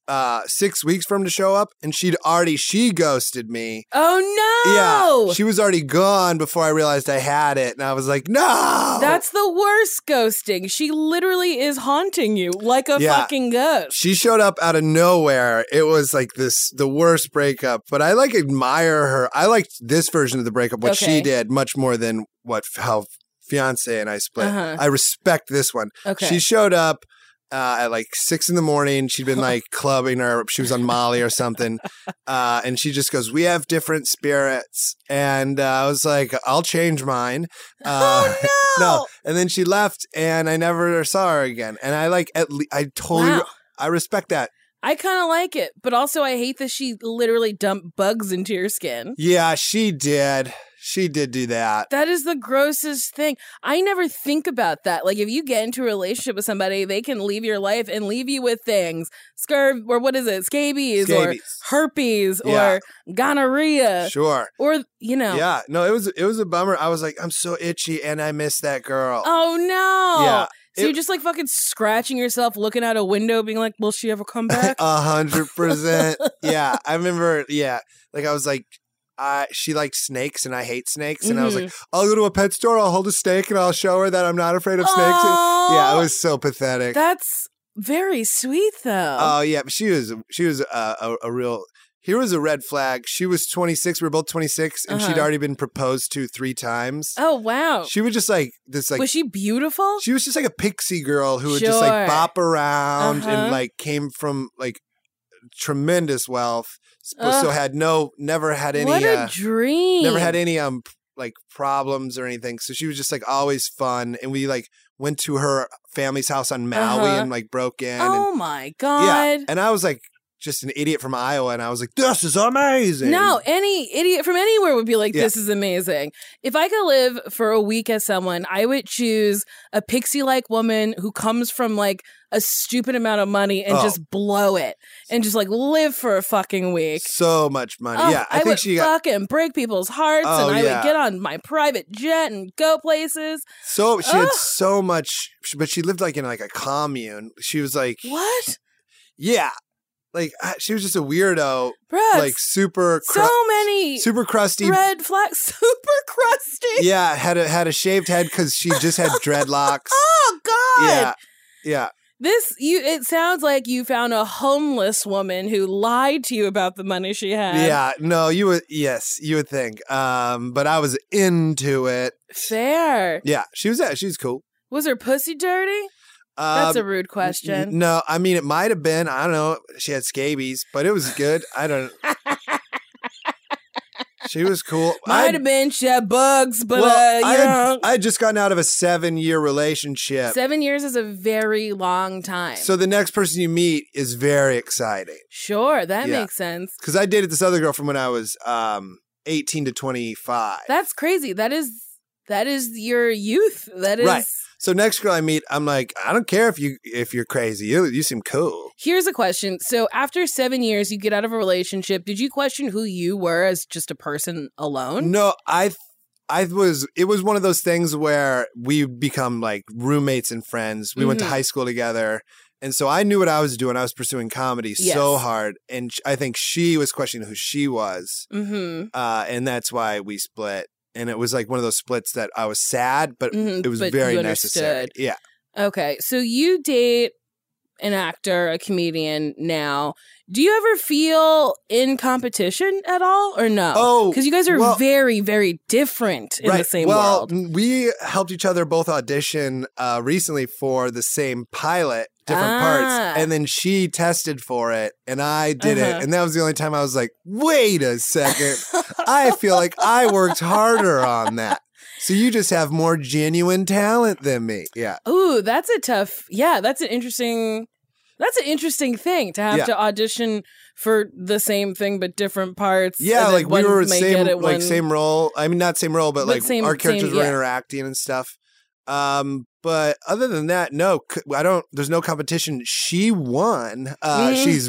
Speaker 2: uh six weeks for him to show up and she'd already she ghosted me
Speaker 3: oh no.
Speaker 2: yeah she was already gone before i realized i had it and i was like no
Speaker 3: That's the worst ghosting. She literally is haunting you like a
Speaker 2: Yeah.
Speaker 3: fucking ghost.
Speaker 2: she showed up out of nowhere. It was like this the worst breakup, but I like admire her. I liked this version of the breakup what
Speaker 3: Okay.
Speaker 2: she did much more than what how fiance and I split.
Speaker 3: Uh-huh.
Speaker 2: I respect this one.
Speaker 3: Okay.
Speaker 2: She showed up uh, at like six in the morning. She'd been like clubbing or she was on Molly or something. Uh, and she just goes, We have different spirits. And uh, I was like, I'll change mine. Uh,
Speaker 1: oh no!
Speaker 2: no. And then she left and I never saw her again. And I like, at le- I totally,
Speaker 1: Wow.
Speaker 2: I respect that.
Speaker 1: I kind of like it, but also I hate that she literally dumped bugs into your skin.
Speaker 2: Yeah, she did. She did do that.
Speaker 1: That is the grossest thing. I never think about that. Like, if you get into a relationship with somebody, they can leave your life and leave you with things scurv, or what is it, scabies, or
Speaker 2: Scabies.
Speaker 1: herpes,
Speaker 2: Yeah.
Speaker 1: or gonorrhea,
Speaker 2: Sure.
Speaker 1: or, you know.
Speaker 2: Yeah. No, it was it was a bummer. I was like, I'm so itchy and I miss that girl.
Speaker 1: Oh, no.
Speaker 2: Yeah.
Speaker 1: So you're
Speaker 2: It-
Speaker 1: just like fucking scratching yourself, looking out a window, being like, will she ever come back?
Speaker 2: A hundred percent. Yeah, I remember. Yeah, like I was like, I she liked snakes and I hate snakes, and I was like,
Speaker 1: Mm-hmm.
Speaker 2: I'll go to a pet store, I'll hold a snake, and I'll show her that I'm not afraid of snakes. And-
Speaker 1: oh,
Speaker 2: yeah, it was so pathetic.
Speaker 1: That's very sweet, though.
Speaker 2: Oh yeah, but she was she was uh, a, a real. Here was a red flag. She was 26. We were both 26, and she'd
Speaker 1: Uh-huh.
Speaker 2: already been proposed to three times.
Speaker 1: oh, wow.
Speaker 2: She was just like this, like
Speaker 1: was she beautiful?
Speaker 2: She was just like a pixie girl who would just like
Speaker 1: Sure.
Speaker 2: bop around
Speaker 1: Uh-huh.
Speaker 2: and like came from like tremendous wealth, s- but
Speaker 1: Ugh.
Speaker 2: so had no, never had any,
Speaker 1: what a
Speaker 2: uh,
Speaker 1: dream.
Speaker 2: never had any um p- like problems or anything. So she was just like always fun, and we like went to her family's house on Maui
Speaker 1: Uh-huh.
Speaker 2: and like broke in.
Speaker 1: Oh my
Speaker 2: and, yeah,
Speaker 1: god.
Speaker 2: and I was like just an idiot from Iowa, and I was like, this is amazing.
Speaker 1: No, any idiot from anywhere would be like,
Speaker 2: Yeah.
Speaker 1: this is amazing. If I could live for a week as someone, I would choose a pixie like woman who comes from like a stupid amount of money and
Speaker 2: Oh.
Speaker 1: just blow it and just like live for a fucking week.
Speaker 2: so much money.
Speaker 1: Oh,
Speaker 2: yeah, I, think
Speaker 1: would
Speaker 2: she got
Speaker 1: fucking break people's hearts
Speaker 2: Oh,
Speaker 1: and I
Speaker 2: yeah.
Speaker 1: would get on my private jet and go places.
Speaker 2: so she had
Speaker 1: Ugh.
Speaker 2: so much, but she lived like in like a commune. She was like
Speaker 1: What?
Speaker 2: Yeah. Like I- she was just a weirdo,
Speaker 1: Bruh.
Speaker 2: like super cru-
Speaker 1: so many
Speaker 2: super crusty.
Speaker 1: red flags, super crusty.
Speaker 2: Yeah, had a had a shaved head cuz she just had dreadlocks.
Speaker 1: Oh God!
Speaker 2: yeah. Yeah.
Speaker 1: This you. It sounds like you found a homeless woman who lied to you about the money she had.
Speaker 2: yeah, no, you would yes, you would think. Um but I was into it.
Speaker 1: fair.
Speaker 2: Yeah, she was she was cool. Uh,
Speaker 1: Was her pussy dirty? That's a rude question.
Speaker 2: No, I mean it might have been, I don't know. She had scabies, but it was good. I don't She was cool.
Speaker 1: Might
Speaker 2: I'd-
Speaker 1: have been she had bugs, but
Speaker 2: well,
Speaker 1: uh,
Speaker 2: I
Speaker 1: you
Speaker 2: had,
Speaker 1: know,
Speaker 2: I had just gotten out of a 7-year relationship.
Speaker 1: seven years is a very long time.
Speaker 2: So the next person you meet is very exciting
Speaker 1: sure, that
Speaker 2: Yeah.
Speaker 1: makes sense.
Speaker 2: because I dated this other girl from when I was um, 18 to 25.
Speaker 1: That's crazy. That is that is your youth. That is.
Speaker 2: Right. so next girl I meet, I'm like, I don't care if you if you're crazy. You you seem cool.
Speaker 1: Here's a question. So after seven years, you get out of a relationship. Did you question who you were as just a person alone?
Speaker 2: No, I th- I was it was one of those things where we become like roommates and friends. We went to
Speaker 1: Mhm.
Speaker 2: high school together. And so I knew what I was doing. I was pursuing comedy so
Speaker 1: Yes.
Speaker 2: hard, and sh- I think she was questioning who she was.
Speaker 1: Mm-hmm.
Speaker 2: uh, and that's why we split. And it was like one of those splits that I was sad, but
Speaker 1: Mhm,
Speaker 2: it was
Speaker 1: but
Speaker 2: very
Speaker 1: you
Speaker 2: necessary.
Speaker 1: understood.
Speaker 2: Yeah,
Speaker 1: Okay. So you date an actor, a comedian now. Do you ever feel in competition at all or no?
Speaker 2: Oh,
Speaker 1: because you guys are
Speaker 2: well-
Speaker 1: very, very different in
Speaker 2: right.
Speaker 1: the same
Speaker 2: well,
Speaker 1: world.
Speaker 2: n- we helped each other both audition uh, recently for the same pilot, different
Speaker 1: Ah.
Speaker 2: parts, and then she tested for it, and I did
Speaker 1: Uh-huh.
Speaker 2: it, and that was the only time I was like, "Wait a second, I feel like I worked harder on that." So you just have more genuine talent than me. Yeah,
Speaker 1: Ooh, that's a tough. Yeah, that's an interesting. That's an interesting thing to have
Speaker 2: Yeah.
Speaker 1: to audition for the same thing but different parts.
Speaker 2: yeah,
Speaker 1: and then
Speaker 2: like we
Speaker 1: one
Speaker 2: were
Speaker 1: may
Speaker 2: same,
Speaker 1: get it,
Speaker 2: like
Speaker 1: one-
Speaker 2: same role. I mean, not same role, but,
Speaker 1: But
Speaker 2: like
Speaker 1: same-
Speaker 2: our
Speaker 1: same-
Speaker 2: characters were
Speaker 1: yeah.
Speaker 2: interacting and stuff. Um, but other than that, no, c- I don't. There's no competition. She won. Uh,
Speaker 1: Mm.
Speaker 2: she's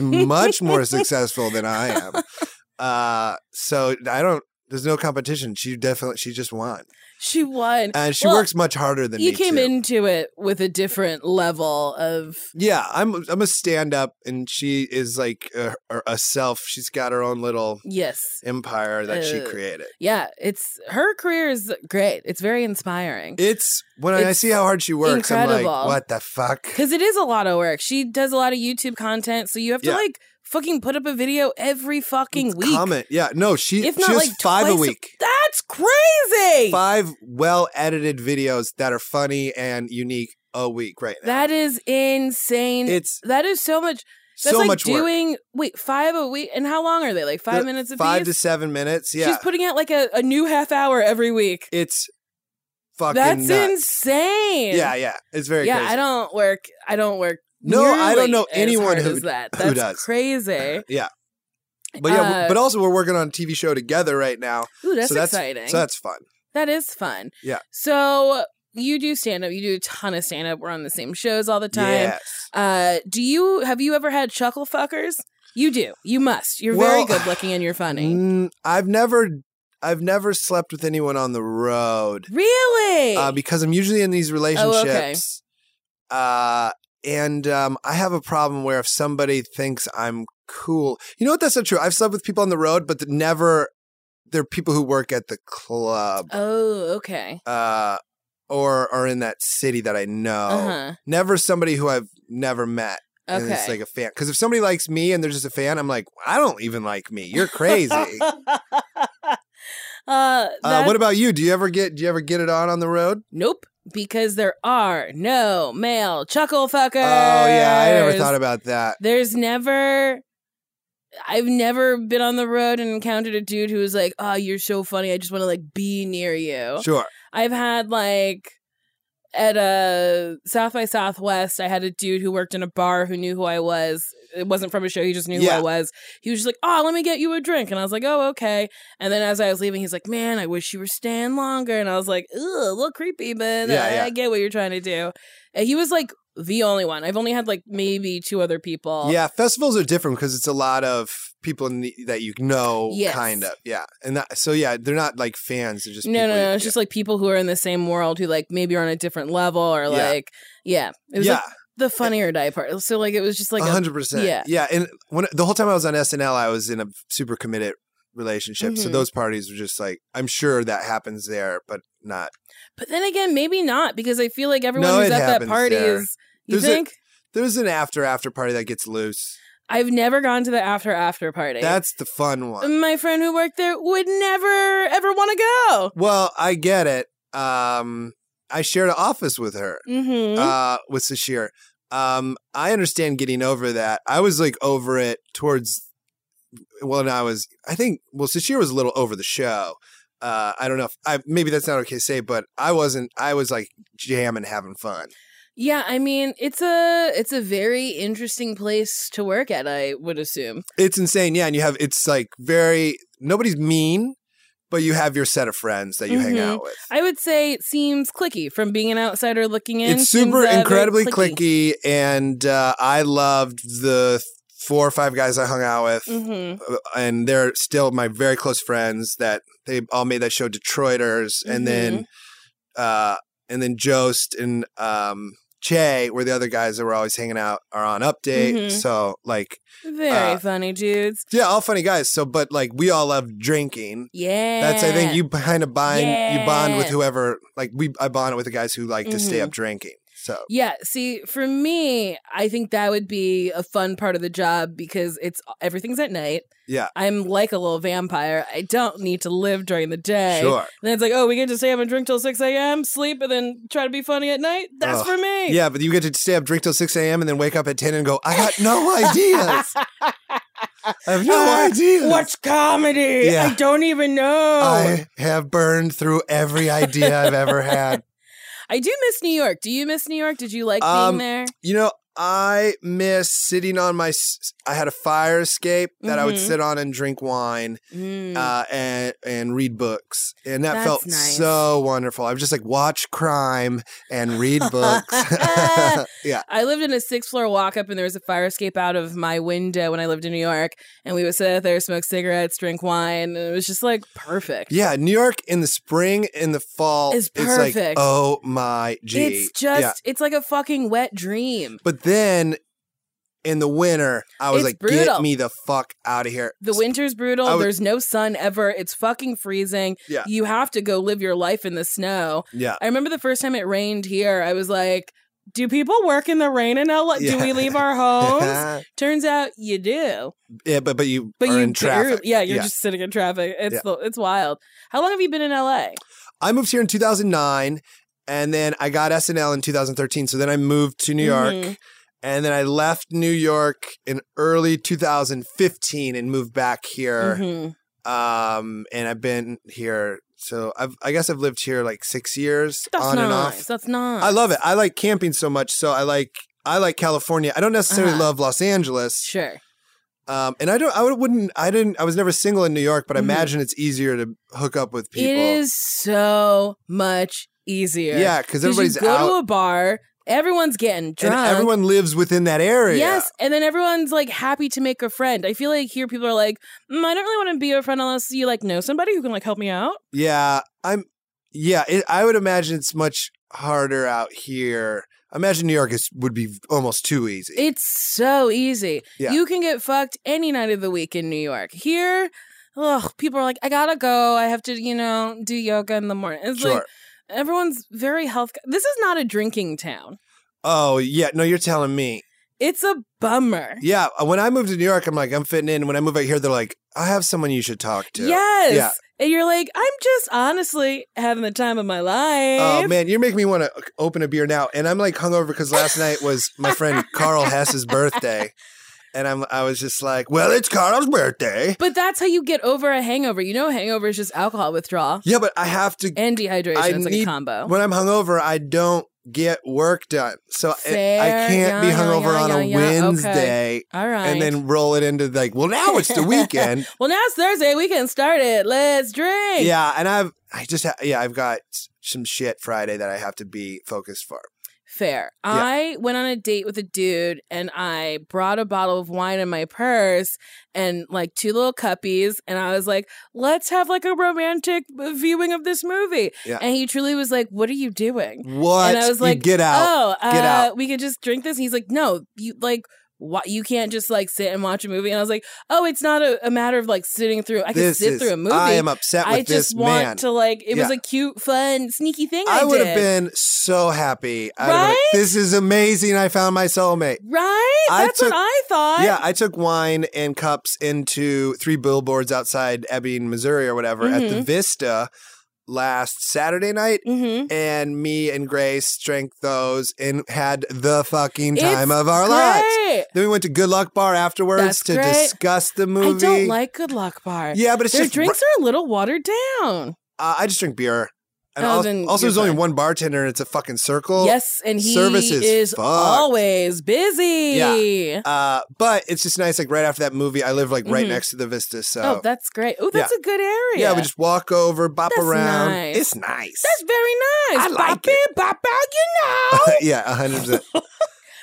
Speaker 2: much more successful than I am. Uh, so I don't. There's no competition. She definitely. She just won,
Speaker 1: She won.
Speaker 2: and she
Speaker 1: Well,
Speaker 2: works much harder than
Speaker 1: You
Speaker 2: me,
Speaker 1: came
Speaker 2: too.
Speaker 1: into it with a different level of
Speaker 2: Yeah, I'm. I'm a stand up, and she is like a, a self. She's got her own little
Speaker 1: yes.
Speaker 2: empire that she
Speaker 1: Uh,
Speaker 2: created.
Speaker 1: Yeah, it's her career is great. It's very inspiring
Speaker 2: It's when I
Speaker 1: It's
Speaker 2: see how hard she works, I'm like,
Speaker 1: incredible.
Speaker 2: what the fuck?
Speaker 1: because it is a lot of work. She does a lot of YouTube content, so you have to
Speaker 2: Yeah.
Speaker 1: like fucking put up a video every fucking week.
Speaker 2: Comment, yeah, no, she
Speaker 1: If not,
Speaker 2: she has
Speaker 1: like,
Speaker 2: five a
Speaker 1: twice a-
Speaker 2: week,
Speaker 1: That's crazy.
Speaker 2: five well edited videos that are funny and unique a week right now.
Speaker 1: That is insane.
Speaker 2: it's
Speaker 1: that is so much. That's
Speaker 2: so
Speaker 1: like
Speaker 2: much work.
Speaker 1: doing wait five a week, and how long are they? Like five
Speaker 2: The-
Speaker 1: minutes a
Speaker 2: Five to seven minutes. Yeah,
Speaker 1: She's putting out like a, a new half hour every week.
Speaker 2: it's fucking.
Speaker 1: That's
Speaker 2: nuts.
Speaker 1: insane.
Speaker 2: Yeah, yeah, it's very.
Speaker 1: yeah.
Speaker 2: crazy.
Speaker 1: I don't work. I don't work.
Speaker 2: No, I don't
Speaker 1: nearly
Speaker 2: know
Speaker 1: as
Speaker 2: anyone
Speaker 1: hard
Speaker 2: who-
Speaker 1: as that.
Speaker 2: who
Speaker 1: That's
Speaker 2: does.
Speaker 1: Crazy.
Speaker 2: But yeah, w-
Speaker 1: uh,
Speaker 2: but also we're working on a TV show together right now,
Speaker 1: Ooh, that's,
Speaker 2: So that's-
Speaker 1: exciting.
Speaker 2: so that's fun.
Speaker 1: That is fun.
Speaker 2: Yeah.
Speaker 1: So you do stand up. You do a ton of stand up. We're on the same shows all the time.
Speaker 2: Yes.
Speaker 1: Uh, do you have you ever had chuckle fuckers? You do. You must. You're very
Speaker 2: Well,
Speaker 1: good looking and you're funny.
Speaker 2: Mm, I've never, I've never slept with anyone on the road
Speaker 1: Really?
Speaker 2: uh, because I'm usually in these relationships, uh, and um, I have a problem where if somebody thinks I'm cool, you know what? That's not true. I've slept with people on the road, but th- never. They're people who work at the club
Speaker 1: oh, okay.
Speaker 2: uh, or are in that city that I know.
Speaker 1: Uh
Speaker 2: Never somebody who I've never met.
Speaker 1: huh.
Speaker 2: Oh, and it's
Speaker 1: Okay.
Speaker 2: like a fan. Because if somebody likes me and they're just a fan, I'm like, I don't even like me. You're crazy. uh,
Speaker 1: uh, that-
Speaker 2: what about you? Do you ever get? Do you ever get it on on the road?
Speaker 1: nope. Because there are no male chuckle fuckers.
Speaker 2: Oh yeah, I never thought about that.
Speaker 1: There's never. I've never been on the road and encountered a dude who was like, "Oh, you're so funny. I just want to like be near you."
Speaker 2: Sure.
Speaker 1: I've had like at a South by Southwest, I had a dude who worked in a bar who knew who I was. It wasn't from a show, he just knew who I
Speaker 2: Yeah.
Speaker 1: was. He was just like, Oh, let me get you a drink. And I was like, Oh, okay. And then as I was leaving, he's like, Man, I wish you were staying longer. And I was like, Ugh, a little creepy, but
Speaker 2: Yeah,
Speaker 1: I,
Speaker 2: yeah.
Speaker 1: I get what you're trying to do. And he was like the only one. I've only had like maybe two other people.
Speaker 2: Yeah, festivals are different because it's a lot of people in the, that you know,
Speaker 1: Yes.
Speaker 2: kind of. Yeah, and that, so yeah, they're not like fans. They're just
Speaker 1: No, no,
Speaker 2: people you-
Speaker 1: no. It's just like people who are in the same world who like maybe are on a different level or
Speaker 2: Yeah.
Speaker 1: like, yeah. It was
Speaker 2: yeah,
Speaker 1: like the funny or die part. So like it was just like a
Speaker 2: hundred percent.
Speaker 1: yeah.
Speaker 2: Yeah, And when the whole time I was on SNL, I was in a super committed relationship. So
Speaker 1: Mhm.
Speaker 2: those parties were just like, I'm sure that happens there, but not.
Speaker 1: But then again, maybe not because I feel like everyone
Speaker 2: No,
Speaker 1: who's
Speaker 2: it
Speaker 1: at that
Speaker 2: happens
Speaker 1: party
Speaker 2: there.
Speaker 1: is. You
Speaker 2: There's a-
Speaker 1: think?
Speaker 2: There's an after after party that gets loose.
Speaker 1: i I've never gone to the after after party. Uh,
Speaker 2: That's the fun one.
Speaker 1: my friend who worked there would never ever want to go.
Speaker 2: Well, I get it. Um, I shared an office with her,
Speaker 1: Mm-hmm.
Speaker 2: uh, with Sashir. Um, I understand getting over that. I was like over it towards when I was, I think, well, Sashir was a little over the show. Uh, I don't know if I, maybe that's not okay to say, but I wasn't, I was like jamming, having fun.
Speaker 1: yeah, I mean it's a it's a very interesting place to work at. I would assume.
Speaker 2: It's insane. Yeah. And you have, it's like very, nobody's mean, but you have your set of friends that you hang
Speaker 1: Mhm.
Speaker 2: out with.
Speaker 1: I would say it seems clicky from being an outsider looking in.
Speaker 2: It's
Speaker 1: seems,
Speaker 2: super
Speaker 1: uh, very
Speaker 2: incredibly clicky. and uh, I loved the four or five guys I hung out with,
Speaker 1: Mhm.
Speaker 2: Uh, and they're still my very close friends. That they all made that show Detroiters,
Speaker 1: Mm-hmm.
Speaker 2: and then uh, and then Jost and um, Che were the other guys that were always hanging out are on update.
Speaker 1: Mhm.
Speaker 2: So like,
Speaker 1: Very
Speaker 2: Uh,
Speaker 1: funny dudes.
Speaker 2: yeah, all funny guys. So but like, we all love drinking.
Speaker 1: Yeah,
Speaker 2: That's I think you kind of bind you bond with
Speaker 1: Yeah.
Speaker 2: whoever like we I bond with the guys who like to stay
Speaker 1: Mhm.
Speaker 2: up drinking. So
Speaker 1: Yeah, see, for me, I think that would be a fun part of the job because it's uh, everything's at night.
Speaker 2: Yeah.
Speaker 1: I'm like a little vampire. I don't need to live during the day.
Speaker 2: sure.
Speaker 1: And then it's like, oh, we get to stay up and drink till 6 a.m., sleep, and then try to be funny at night. That's
Speaker 2: Ugh.
Speaker 1: for me.
Speaker 2: Yeah, but you get to stay up, drink till 6 a.m., and then wake up at 10 and go, I got no ideas. I have no
Speaker 1: Uh,
Speaker 2: ideas.
Speaker 1: What's comedy?
Speaker 2: Yeah.
Speaker 1: I don't even know.
Speaker 2: I
Speaker 1: Oh.
Speaker 2: have burned through every idea I've ever had.
Speaker 1: I do miss New York. Do you miss New York? Did you like
Speaker 2: Um,
Speaker 1: being there?
Speaker 2: You know, I miss sitting on my. s- I had a fire escape that I would
Speaker 1: Mhm.
Speaker 2: sit on and drink wine
Speaker 1: Mm.
Speaker 2: uh, and and read books, and that
Speaker 1: That's
Speaker 2: felt
Speaker 1: nice.
Speaker 2: so wonderful. I was just like watch crime and read books. yeah,
Speaker 1: I lived in a six floor walk up and there was a fire escape out of my window when I lived in New York. And we would sit out there, smoke cigarettes, drink wine. And it was just like perfect.
Speaker 2: yeah. New York in the spring, in the fall,
Speaker 1: It's
Speaker 2: It's like
Speaker 1: perfect.
Speaker 2: oh my g.
Speaker 1: It's
Speaker 2: Yeah.
Speaker 1: just, it's like a fucking wet dream.
Speaker 2: But then in the winter, I was
Speaker 1: It's
Speaker 2: like,
Speaker 1: brutal.
Speaker 2: get me the fuck out of here.
Speaker 1: The winter's brutal.
Speaker 2: I would-
Speaker 1: There's no sun ever. It's fucking freezing.
Speaker 2: Yeah.
Speaker 1: You have to go live your life in the snow.
Speaker 2: Yeah.
Speaker 1: I remember the first time it rained here, I was like, do people work in the rain in LA? Do
Speaker 2: Yeah.
Speaker 1: we leave our homes?
Speaker 2: yeah,
Speaker 1: Turns out you do.
Speaker 2: but but you
Speaker 1: But
Speaker 2: are
Speaker 1: you
Speaker 2: in traffic.
Speaker 1: barely- yeah, you're
Speaker 2: Yeah.
Speaker 1: just sitting in traffic. It's
Speaker 2: Yeah.
Speaker 1: the, it's wild. How long have you been in LA?
Speaker 2: I moved here in 2009 And then I got SNL in 2013. So then I moved to New York.
Speaker 1: Mhm.
Speaker 2: And then I left New York in early 2015 and moved back here.
Speaker 1: Mhm.
Speaker 2: Um, and I've been here. So I've, I guess I've lived here like six years
Speaker 1: That's
Speaker 2: on
Speaker 1: nice.
Speaker 2: and off.
Speaker 1: That's nice.
Speaker 2: I love it. I like camping so much. So I like I like California. I don't necessarily
Speaker 1: Uh-huh.
Speaker 2: love Los Angeles.
Speaker 1: Sure.
Speaker 2: Um, and I don't. I would- wouldn't. I didn't. I was never single in New York, but I
Speaker 1: Mhm.
Speaker 2: imagine it's easier to hook up with people.
Speaker 1: It is so much easier.
Speaker 2: Yeah, because
Speaker 1: 'Cause
Speaker 2: everybody's
Speaker 1: you go
Speaker 2: out.
Speaker 1: to a bar, everyone's getting
Speaker 2: and
Speaker 1: drunk.
Speaker 2: everyone lives within that area.
Speaker 1: Yes, and then everyone's like happy to make a friend. I feel like here people are like, mm, I don't really want to be a friend unless you like know somebody who can like help me out.
Speaker 2: Yeah. I'm. Yeah. It, I would imagine it's much harder out here. I imagine New York is would be almost too easy.
Speaker 1: It's so easy.
Speaker 2: Yeah.
Speaker 1: You can get fucked any night of the week in New York. Here, ugh, people are like, I gotta go. I have to, you know, do yoga in the morning. It's
Speaker 2: sure.
Speaker 1: like everyone's very health. This is not a drinking town.
Speaker 2: oh yeah. No, you're telling me.
Speaker 1: It's a bummer.
Speaker 2: Yeah. When I moved to New York, I'm like I'm fitting in. When I move out here, they're like, I have someone you should talk to.
Speaker 1: Yes.
Speaker 2: Yeah.
Speaker 1: And you're like, I'm just honestly having the time of my life.
Speaker 2: Oh man, you're making me want to open a beer now, and I'm like hungover because last night was my friend Carl Hess's birthday, and I'm I was just like, well, it's Carl's birthday.
Speaker 1: But that's how you get over a hangover. You know, hangover is just alcohol withdrawal
Speaker 2: Yeah, but I have to.
Speaker 1: and dehydration.
Speaker 2: I
Speaker 1: it's like
Speaker 2: need-
Speaker 1: a combo.
Speaker 2: When I'm hungover, I don't get work done, so I- I
Speaker 1: Fair.
Speaker 2: can't be
Speaker 1: Yeah, yeah,
Speaker 2: hungover
Speaker 1: yeah,
Speaker 2: on a
Speaker 1: yeah, yeah. Okay.
Speaker 2: Wednesday
Speaker 1: All right.
Speaker 2: and then roll it into like, well, now it's the weekend.
Speaker 1: well, now it's Thursday. We can start it. Let's drink.
Speaker 2: yeah, and I've I just ha- yeah I've got some shit Friday that I have to be focused for.
Speaker 1: Fair.
Speaker 2: Yeah.
Speaker 1: I went on a date with a dude and I brought a bottle of wine in my purse and like two little cuppies. And I was like, let's have like a romantic viewing of this movie.
Speaker 2: Yeah.
Speaker 1: And he truly was like, what are you doing?
Speaker 2: What?
Speaker 1: And I was
Speaker 2: You
Speaker 1: like,
Speaker 2: get out.
Speaker 1: Oh, uh,
Speaker 2: Get out.
Speaker 1: We can just drink this. And he's like, no, you like. What, you can't just like sit and watch a movie. And I was like, oh, it's not a, a matter of like sitting through. I can
Speaker 2: this
Speaker 1: sit
Speaker 2: is,
Speaker 1: through a movie.
Speaker 2: I am upset with
Speaker 1: I
Speaker 2: this
Speaker 1: just want
Speaker 2: man.
Speaker 1: to like. It was
Speaker 2: Yeah.
Speaker 1: a cute, fun, sneaky thing. I,
Speaker 2: I would have
Speaker 1: did.
Speaker 2: been so happy. I would've been like,
Speaker 1: Right?
Speaker 2: this is amazing. I found my soulmate.
Speaker 1: right.
Speaker 2: I
Speaker 1: That's
Speaker 2: took-
Speaker 1: what I thought.
Speaker 2: yeah, I took wine and cups into three billboards outside Ebbing, Missouri, or whatever, at the
Speaker 1: Mhm.
Speaker 2: Vista last Saturday night.
Speaker 1: Mm-hmm.
Speaker 2: And me and Grace drank those and had the fucking time
Speaker 1: It's
Speaker 2: of our lives. Then we went to Good Luck Bar afterwards
Speaker 1: That's
Speaker 2: to
Speaker 1: great.
Speaker 2: discuss the movie.
Speaker 1: I don't like Good Luck Bar.
Speaker 2: Yeah, but it's
Speaker 1: Their
Speaker 2: just
Speaker 1: drinks are a little watered down.
Speaker 2: Uh, I just drink beer. And
Speaker 1: Oh,
Speaker 2: al-
Speaker 1: then
Speaker 2: also,
Speaker 1: you're
Speaker 2: there's only
Speaker 1: fine.
Speaker 2: one bartender, and it's a fucking circle.
Speaker 1: yes, and he
Speaker 2: service is
Speaker 1: is
Speaker 2: fucked.
Speaker 1: always busy.
Speaker 2: Yeah. Uh, but it's just nice. Like right after that movie, I live like right
Speaker 1: Mhm.
Speaker 2: next to the Vista, so
Speaker 1: Oh, that's great. Oh, that's a good area.
Speaker 2: yeah, we just walk over, bop
Speaker 1: That's
Speaker 2: around.
Speaker 1: nice.
Speaker 2: It's nice.
Speaker 1: That's very nice.
Speaker 2: I like
Speaker 1: Bop in, bop out, you know.
Speaker 2: yeah, hundred percent.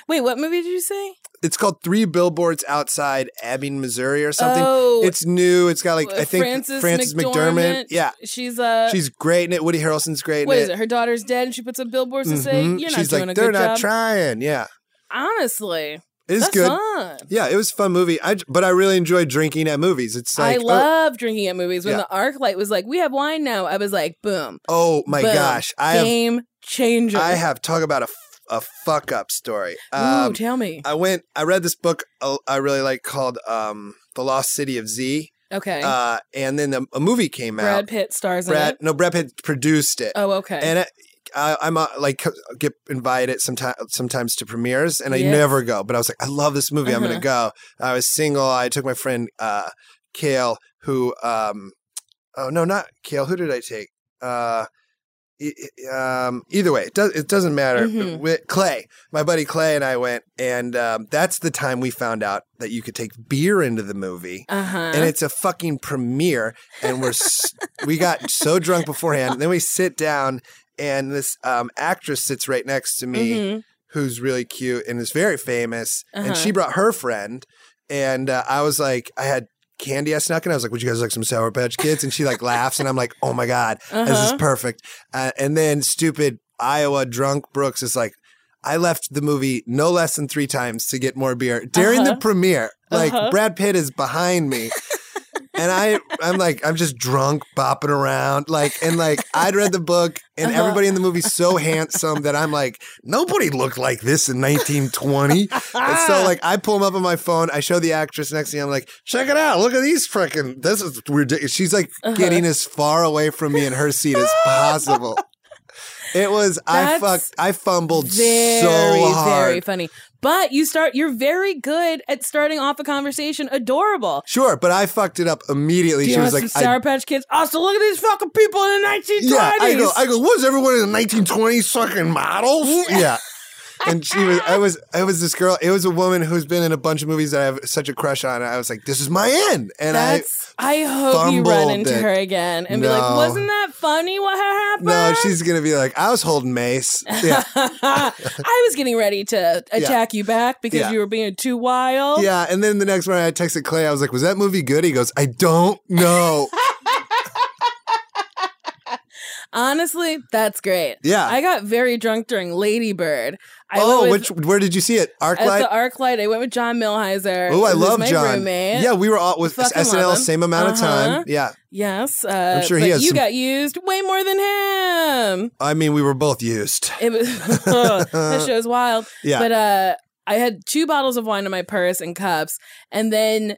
Speaker 1: Wait, what movie did you say?
Speaker 2: It's called Three Billboards Outside Ebbing, Missouri, or something.
Speaker 1: Oh,
Speaker 2: It's new. It's got like
Speaker 1: uh,
Speaker 2: I think
Speaker 1: Frances McDormand.
Speaker 2: Yeah,
Speaker 1: she's uh,
Speaker 2: she's great in it. Woody Harrelson's great
Speaker 1: what
Speaker 2: in
Speaker 1: is it? Her daughter's dead, and she puts up billboards to say,
Speaker 2: Mhm.
Speaker 1: "You're not
Speaker 2: She's
Speaker 1: doing
Speaker 2: like,
Speaker 1: a
Speaker 2: they're
Speaker 1: good
Speaker 2: not
Speaker 1: job."
Speaker 2: trying. Yeah,
Speaker 1: Honestly,
Speaker 2: it's
Speaker 1: that's
Speaker 2: good.
Speaker 1: fun.
Speaker 2: Yeah, it was a fun movie. I j- but I really enjoy drinking at movies. It's like
Speaker 1: I
Speaker 2: oh,
Speaker 1: love drinking at movies. When
Speaker 2: Yeah.
Speaker 1: the arc light was like, "We have wine now," I was like, "Boom,
Speaker 2: oh, my
Speaker 1: Boom.
Speaker 2: gosh, I have
Speaker 1: game changer."
Speaker 2: I have talk about a, f- a fuck up story.
Speaker 1: Ooh,
Speaker 2: Um,
Speaker 1: tell me.
Speaker 2: I went. I read this book uh, I really like called um, "The Lost City of Z,"
Speaker 1: okay,
Speaker 2: uh, and then the, a movie came
Speaker 1: Brad
Speaker 2: out.
Speaker 1: Pitt stars in
Speaker 2: Brad,
Speaker 1: it.
Speaker 2: no, Brad Pitt produced it,
Speaker 1: Oh, okay.
Speaker 2: and I, I, I'm uh, like get invited sometimes sometimes to premieres, and I
Speaker 1: Yes.
Speaker 2: never go. But I was like, I love this movie. I'm going to go. I was single. I took my friend uh, Kale, who um, oh no, not Kale. Who did I take? Uh, e- e- um, either way, it, does, it doesn't matter.
Speaker 1: Mhm.
Speaker 2: With Clay, my buddy Clay and I went, and um, that's the time we found out that you could take beer into the movie.
Speaker 1: uh huh.
Speaker 2: And it's a fucking premiere, and we're s- we got so drunk beforehand. And then we sit down, and this um, actress sits right next to me,
Speaker 1: Mm-hmm.
Speaker 2: who's really cute and is very famous.
Speaker 1: Uh-huh.
Speaker 2: And she brought her friend, and uh, I was like, I had candy I snuck in. I was like, Would you guys like some Sour Patch Kids? And she like laughs, and I'm like, Oh my god, this
Speaker 1: Uh-huh.
Speaker 2: is perfect. Uh, and then stupid Iowa drunk Brooks is like, I left the movie no less than three times to get more beer during the
Speaker 1: Uh-huh.
Speaker 2: premiere. Like
Speaker 1: Uh-huh.
Speaker 2: Brad Pitt is behind me. And I, I'm like, I'm just drunk, bopping around, like, and like, I'd read the book, and
Speaker 1: Uh-huh.
Speaker 2: everybody in the movie's so handsome that I'm like, nobody looked like this in 1920. And so like I pull him up on my phone. I show the actress next to me. I'm like, check it out. Look at these freaking. This is ridiculous. She's like
Speaker 1: Uh-huh.
Speaker 2: getting as far away from me in her seat as possible. It was I
Speaker 1: That's
Speaker 2: fucked I fumbled
Speaker 1: Very,
Speaker 2: so hard.
Speaker 1: very funny. But you start, you're very good at starting off a conversation. Adorable.
Speaker 2: Sure, but I fucked it up immediately.
Speaker 1: Do you
Speaker 2: She was
Speaker 1: want
Speaker 2: like,
Speaker 1: some Sour
Speaker 2: I,
Speaker 1: Patch Kids? Also, look at these fucking people in the 1920s.
Speaker 2: yeah, I go, I go, was everyone in the 1920s sucking models? Yeah. And she was, I was, I was this girl. It was a woman who's been in a bunch of movies that I have such a crush on. And I was like, this is my end. And
Speaker 1: That's, I, hope you run
Speaker 2: fumbled
Speaker 1: into
Speaker 2: it.
Speaker 1: her again and be like,
Speaker 2: No.
Speaker 1: wasn't that funny what happened?
Speaker 2: I, no, she's going to be like, I was holding mace. Yeah.
Speaker 1: I was getting ready to attack you back because
Speaker 2: Yeah.
Speaker 1: you were being too wild.
Speaker 2: yeah. And then the next morning I texted Clay. I was like, was that movie good? He goes, I don't know.
Speaker 1: Honestly, that's great.
Speaker 2: Yeah.
Speaker 1: I got very drunk during Ladybird. I
Speaker 2: oh,
Speaker 1: went with-
Speaker 2: which, where did you see it?
Speaker 1: at
Speaker 2: Arclight?
Speaker 1: the ArcLight. I went with John Millheiser.
Speaker 2: Oh, I
Speaker 1: who's
Speaker 2: love
Speaker 1: my
Speaker 2: John.
Speaker 1: Roommate.
Speaker 2: Yeah, we were all with
Speaker 1: Fucking love
Speaker 2: SNL
Speaker 1: him.
Speaker 2: same amount of
Speaker 1: Uh-huh.
Speaker 2: time. Yeah.
Speaker 1: Yes. Uh,
Speaker 2: I'm sure
Speaker 1: but
Speaker 2: he has
Speaker 1: you
Speaker 2: some-
Speaker 1: got used way more than him.
Speaker 2: I mean, we were both used.
Speaker 1: It was that show's wild.
Speaker 2: Yeah.
Speaker 1: But uh, I had two bottles of wine in my purse and cups, and then